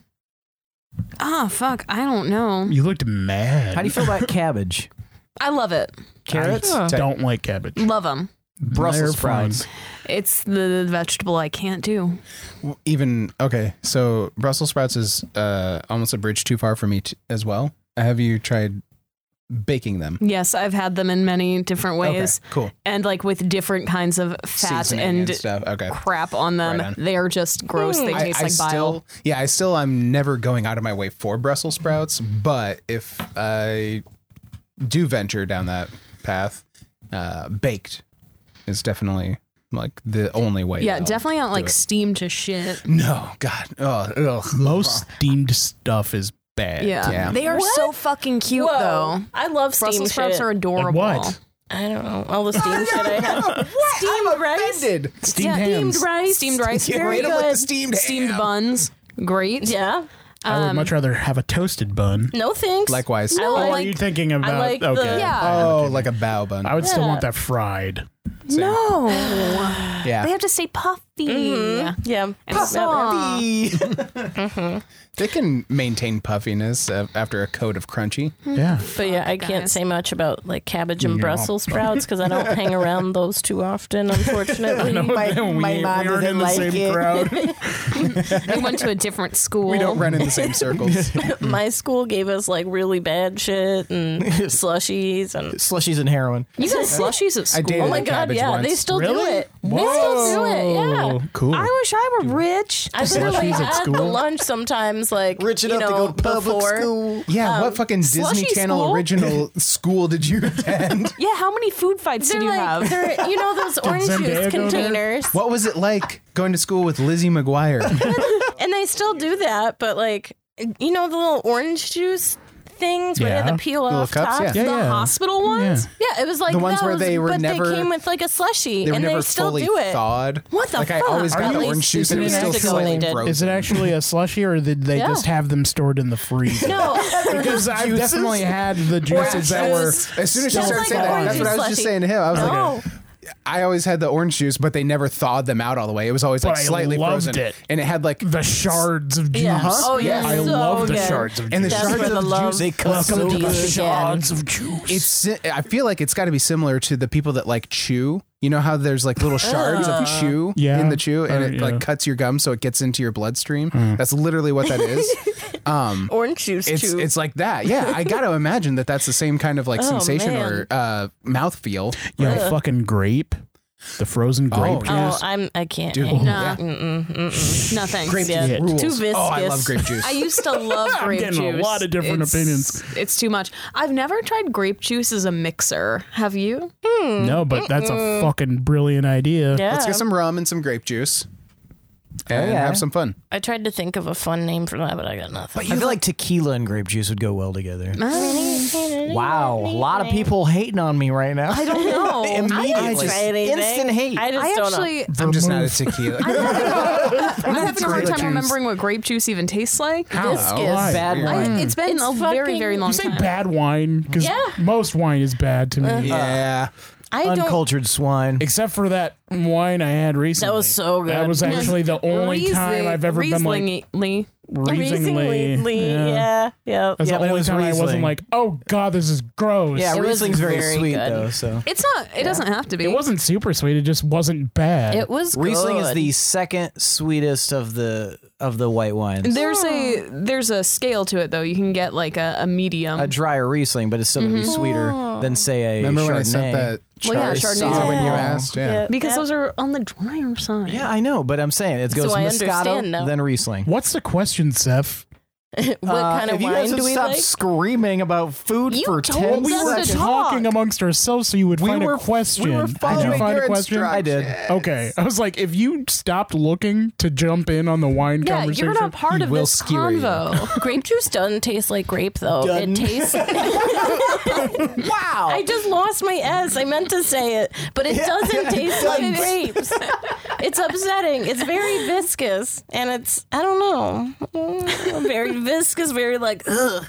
Ah, fuck. I don't know.
you looked mad.
How do you feel about cabbage?
I love it.
Carrots?
I don't like cabbage.
Love them.
Brussels
They're fine.
sprouts.
It's the vegetable I can't do.
W- Even okay, so Brussels sprouts is uh, almost a bridge too far for me t- as well. Have you tried baking them?
Yes, I've had them in many different ways
Okay, cool.
and like with different kinds of fat
Seasoning
and,
stuff. Okay.
crap on them.
Right on.
They are just gross. They
I,
taste
I
like bile.
still, yeah, I still, I'm never going out of my way for Brussels sprouts, but if I do venture down that path, uh, baked is definitely like the only way.
yeah,
I'll
definitely not
do
like
it.
steamed to shit.
No, God, oh, ugh.
Most steamed stuff is bad.
Yeah.
Yeah.
They are
What?
so fucking cute
Whoa.
though.
I love steam
Brussels sprouts
shit.
are adorable.
what?
I don't know all the steam shit I have. Steamed rice,
Did
Steamed
Yeah,
hams.
steamed rice,
Steamed rice,
Get
very
rid of like the
good.
steamed
Steamed
ham.
buns, great. Um,
Yeah,
I would much rather have a toasted bun.
um, no thanks.
Likewise.
Oh,
I
What are
like
you thinking about?
like
okay.
the-
Yeah.
Oh, like a bao bun.
I would still
Yeah.
want that fried.
No, they
yeah,
have to say puffy.
Mm-hmm. yeah.
Puffy.
they can maintain puffiness uh, after a coat of crunchy.
Mm-hmm.
Yeah.
But yeah, I can't say much about like cabbage and Brussels sprouts because I don't hang around those too often, unfortunately.
my mom we aren't in the same crowd.
We went to a different school.
We don't run in the same circles.
my school gave us like really bad shit and slushies and
Slushies and heroin.
You got slushies at
I
school.
dated
oh my
a
god,
cabbage
yeah,
once.
they still do
Really?
it. They still do it. Yeah.
Cool.
wish I were rich.
I literally
Slushies at
had the
school?
lunch sometimes, like
Rich
you
enough
know,
to go to public
before.
school.
Yeah,
Um,
what fucking Disney
slushy
Channel
school?
original school did you attend?
Yeah, how many food fights
They're
did you
like,
have?
they're you know those orange
Zendaya
juice
go there?
containers,
What was it like going to school with Lizzie McGuire?
and they still do that, but like you know the little orange juice things where they had
Yeah.
the peel
Little
off
cups,
tops.
yeah.
yeah,
The
yeah.
hospital ones?
Yeah.
Yeah, it was like
The ones where
those,
they were
but
never-
they came with like a slushie,
They were
and
never
they still
fully
do it.
thawed.
What the
like I
fuck?
always
Are
got the
you
orange juice and it was
stupid?
still
Years ago they
slightly
did.
frozen.
Is it actually a slushie or did they
Yeah.
just have them stored in the freezer?
No,
Because I've definitely had the juices that were.
juice.
As soon as you
Just
started
like
saying
an
that,
orange
that's what I was
juice
just
slushie.
saying to him. I was
no.
like, I always had the orange juice, but they never thawed them out all the way. It was always like
But I
slightly
loved
frozen,
it.
and it had like
The shards of juice.
Yeah. Oh, yeah,
yeah. I
so
love the
good.
shards of juice.
and the
That's
shards
where
of
the love
juice.
They cut so
Welcome to
deep.
the
the
shards
shards of juice.
It's. si- I feel like it's got to be similar to the people that like chew You know how there's like little shards of
Ugh.
chew
Yeah.
in the chew and
Uh,
it
yeah.
like cuts your gum so it gets into your bloodstream?
Mm.
That's literally what that is. Um
Orange juice
it's
too.
it's like that. Yeah, I got to imagine that that's the same kind of like
Oh,
sensation
man.
or uh mouth feel.
You know,
Ugh.
fucking grape, the frozen
Oh,
grape
oh,
juice.
I'm. I can't.
Dude,
hang-
Nah.
Mm-mm, mm-mm.
No thanks.
Grape
Yeah.
juice rules.
Too
Oh, I love
viscous.
grape juice.
I used to love
I'm
grape
getting a
juice.
lot of different
It's-
opinions.
It's too much. I've never tried grape juice as a mixer. Have you?
no, but that's a fucking brilliant idea.
Yeah.
Let's get some rum and some grape juice and
yeah.
have some fun.
I tried to think of a fun name for that, but I got nothing.
I feel like tequila and grape juice would go well together. Wow, a lot of people hating on me right now.
Ah. I don't know.
I
Immediately,
didn't try anything.
instant hate.
I just
I
don't
actually,
I'm just not a
Vermouth.
tequila.
I'm having a hard
grape Mm-hmm.
time
juice. Oh,
remembering what grape juice even tastes like.
know. This is
bad
Weird.
wine.
I, it's been
It's
a very,
fucking-
very long
You say
time.
bad wine because
Yeah. Uh-huh.
most wine is bad to me,
Yeah.
I don't.
Uncultured swine.
except for that wine I had recently.
That was so good.
That was actually the only time I've ever been like
Riesling-y.
reasonably.
Yeah. Yeah. Yep.
That's
yep.
the
it
only
was
time I
Riesling.
wasn't like, oh god, this is gross.
yeah,
It was
Riesling's very,
very
sweet
good.
though. So
It's not. It doesn't have to be.
It wasn't super sweet. It just wasn't bad.
It was
Riesling is
good.
the second sweetest of the of the white wines.
There's a there's a scale to it though. You can get like a, a medium.
a drier Riesling, but it's still gonna be
Mm-hmm.
sweeter than say a
Remember
Chardonnay.
when I sent that
Well, yeah,
chart
Chardonnay.
saw when you
Yeah.
asked? Yeah.
because
That-
those are on the drier side.
Yeah, I know, but I'm saying it
So
goes Moscato,
I understand now.
then Riesling.
What's the question, Seth?
what
Uh,
kind
if
of
you guys
wine
would
do we
stop
like?
screaming about food
You
for
told
ten
us
We
That's
were
the
talking amongst ourselves, so you would find a question.
We were
Did you
following
find
your
a question?
I did.
instructions.
Okay, I was like, if you stopped looking to jump in on the wine
Yeah,
conversation,
you're not part
He
of
will
this
skewer you.
convo.
grape juice doesn't taste like grape though.
Doesn't.
It tastes.
Wow.
I just lost my S. I meant to say it, but it doesn't taste like grapes. It's upsetting. It's very viscous, and it's I don't know, Mm, very viscous, very like ugh.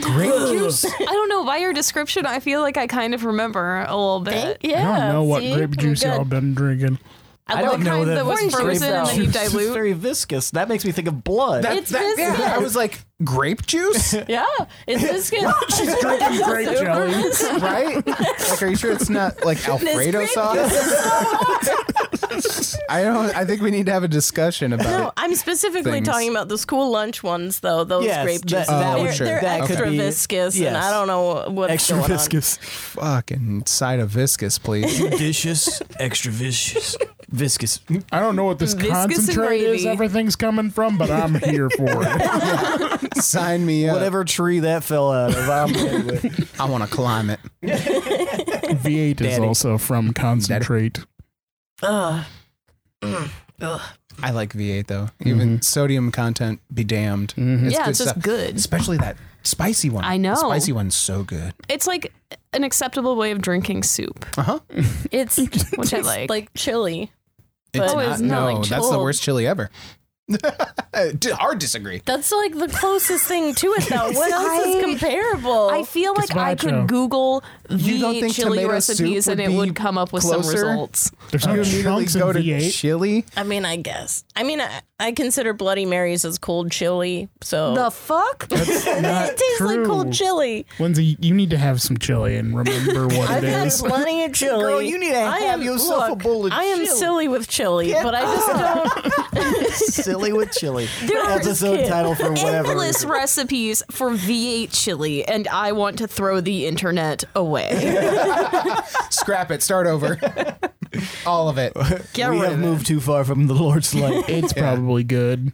grape juice.
I don't know. By your description, I feel like I kind of remember a little bit.
Yeah,
I don't know what
see?
grape
I'm
juice
good.
y'all been drinking.
I,
don't
the
know
kind
that
that was
orange
frozen
juice,
and then
though.
you
It's
dilute.
very viscous. That makes me think of blood.
It's
yeah,
biscuit.
I was like, grape juice?
Yeah, it's viscous.
She's drinking grape jelly.
right? Like, are you sure it's not like Alfredo
grape
sauce? I don't. I think we need to have a discussion
No,
about
I'm specifically
Things.
talking about the school lunch ones, though. Those
Yes,
grape
that-
juices.
that
they're
would- sure.
they're
that could
extra
be-
viscous,
yes.
and I don't know what's
extra
going
viscous.
it. Fucking side of viscous, please.
Vicious, extra vicious, viscous.
I don't know what this
Viscous and
concentrate is
gravy.
everything's coming from, but I'm here for it.
Sign me up.
Whatever tree that fell out of, I'm good with.
I want to climb it.
V8 is
Daddy.
also from concentrate.
Ah.
on.
Mm.
I like V8 though. Even sodium content, be damned.
Mhm.
Yeah, it's just good.
Especially that spicy one.
I
The
know.
spicy one's so good.
It's like an acceptable way of drinking soup,
Uh
Uh-huh.
huh.
Ugh. It's
which I like.
like chili.
It's
Oh,
not,
it's
no,
not like
that's the
chilled.
worst chili ever. D- Hard disagree.
That's like the closest thing to it, though. What else
I-
is comparable?
I feel like I could
Gazpacho.
Google
You don't
the
think
chili
tomato
recipes
soup
and
would
it would
be
come up with some
closer?
results.
There's
You
no
immediately
chunks in
Oh, go to
V8.
chili.
I mean, I guess. I mean, I, I consider Bloody Marys as cold chili, so
The fuck?
Not
it tastes like
true.
cold chili.
Lindsay, you need to have some chili and remember what
I've
it
had
is.
plenty of chili.
Girl, you need to
I
have
am,
yourself
look,
a bowl of
I am
chili.
silly with chili, but I just don't.
Silly with chili.
They're
Episode
just
title for whatever.
Endless
reason.
recipes for V8 chili, and I want to throw the internet away.
Scrap it. Start over. All of it.
we have moved too far from the Lord's light.
It's probably good.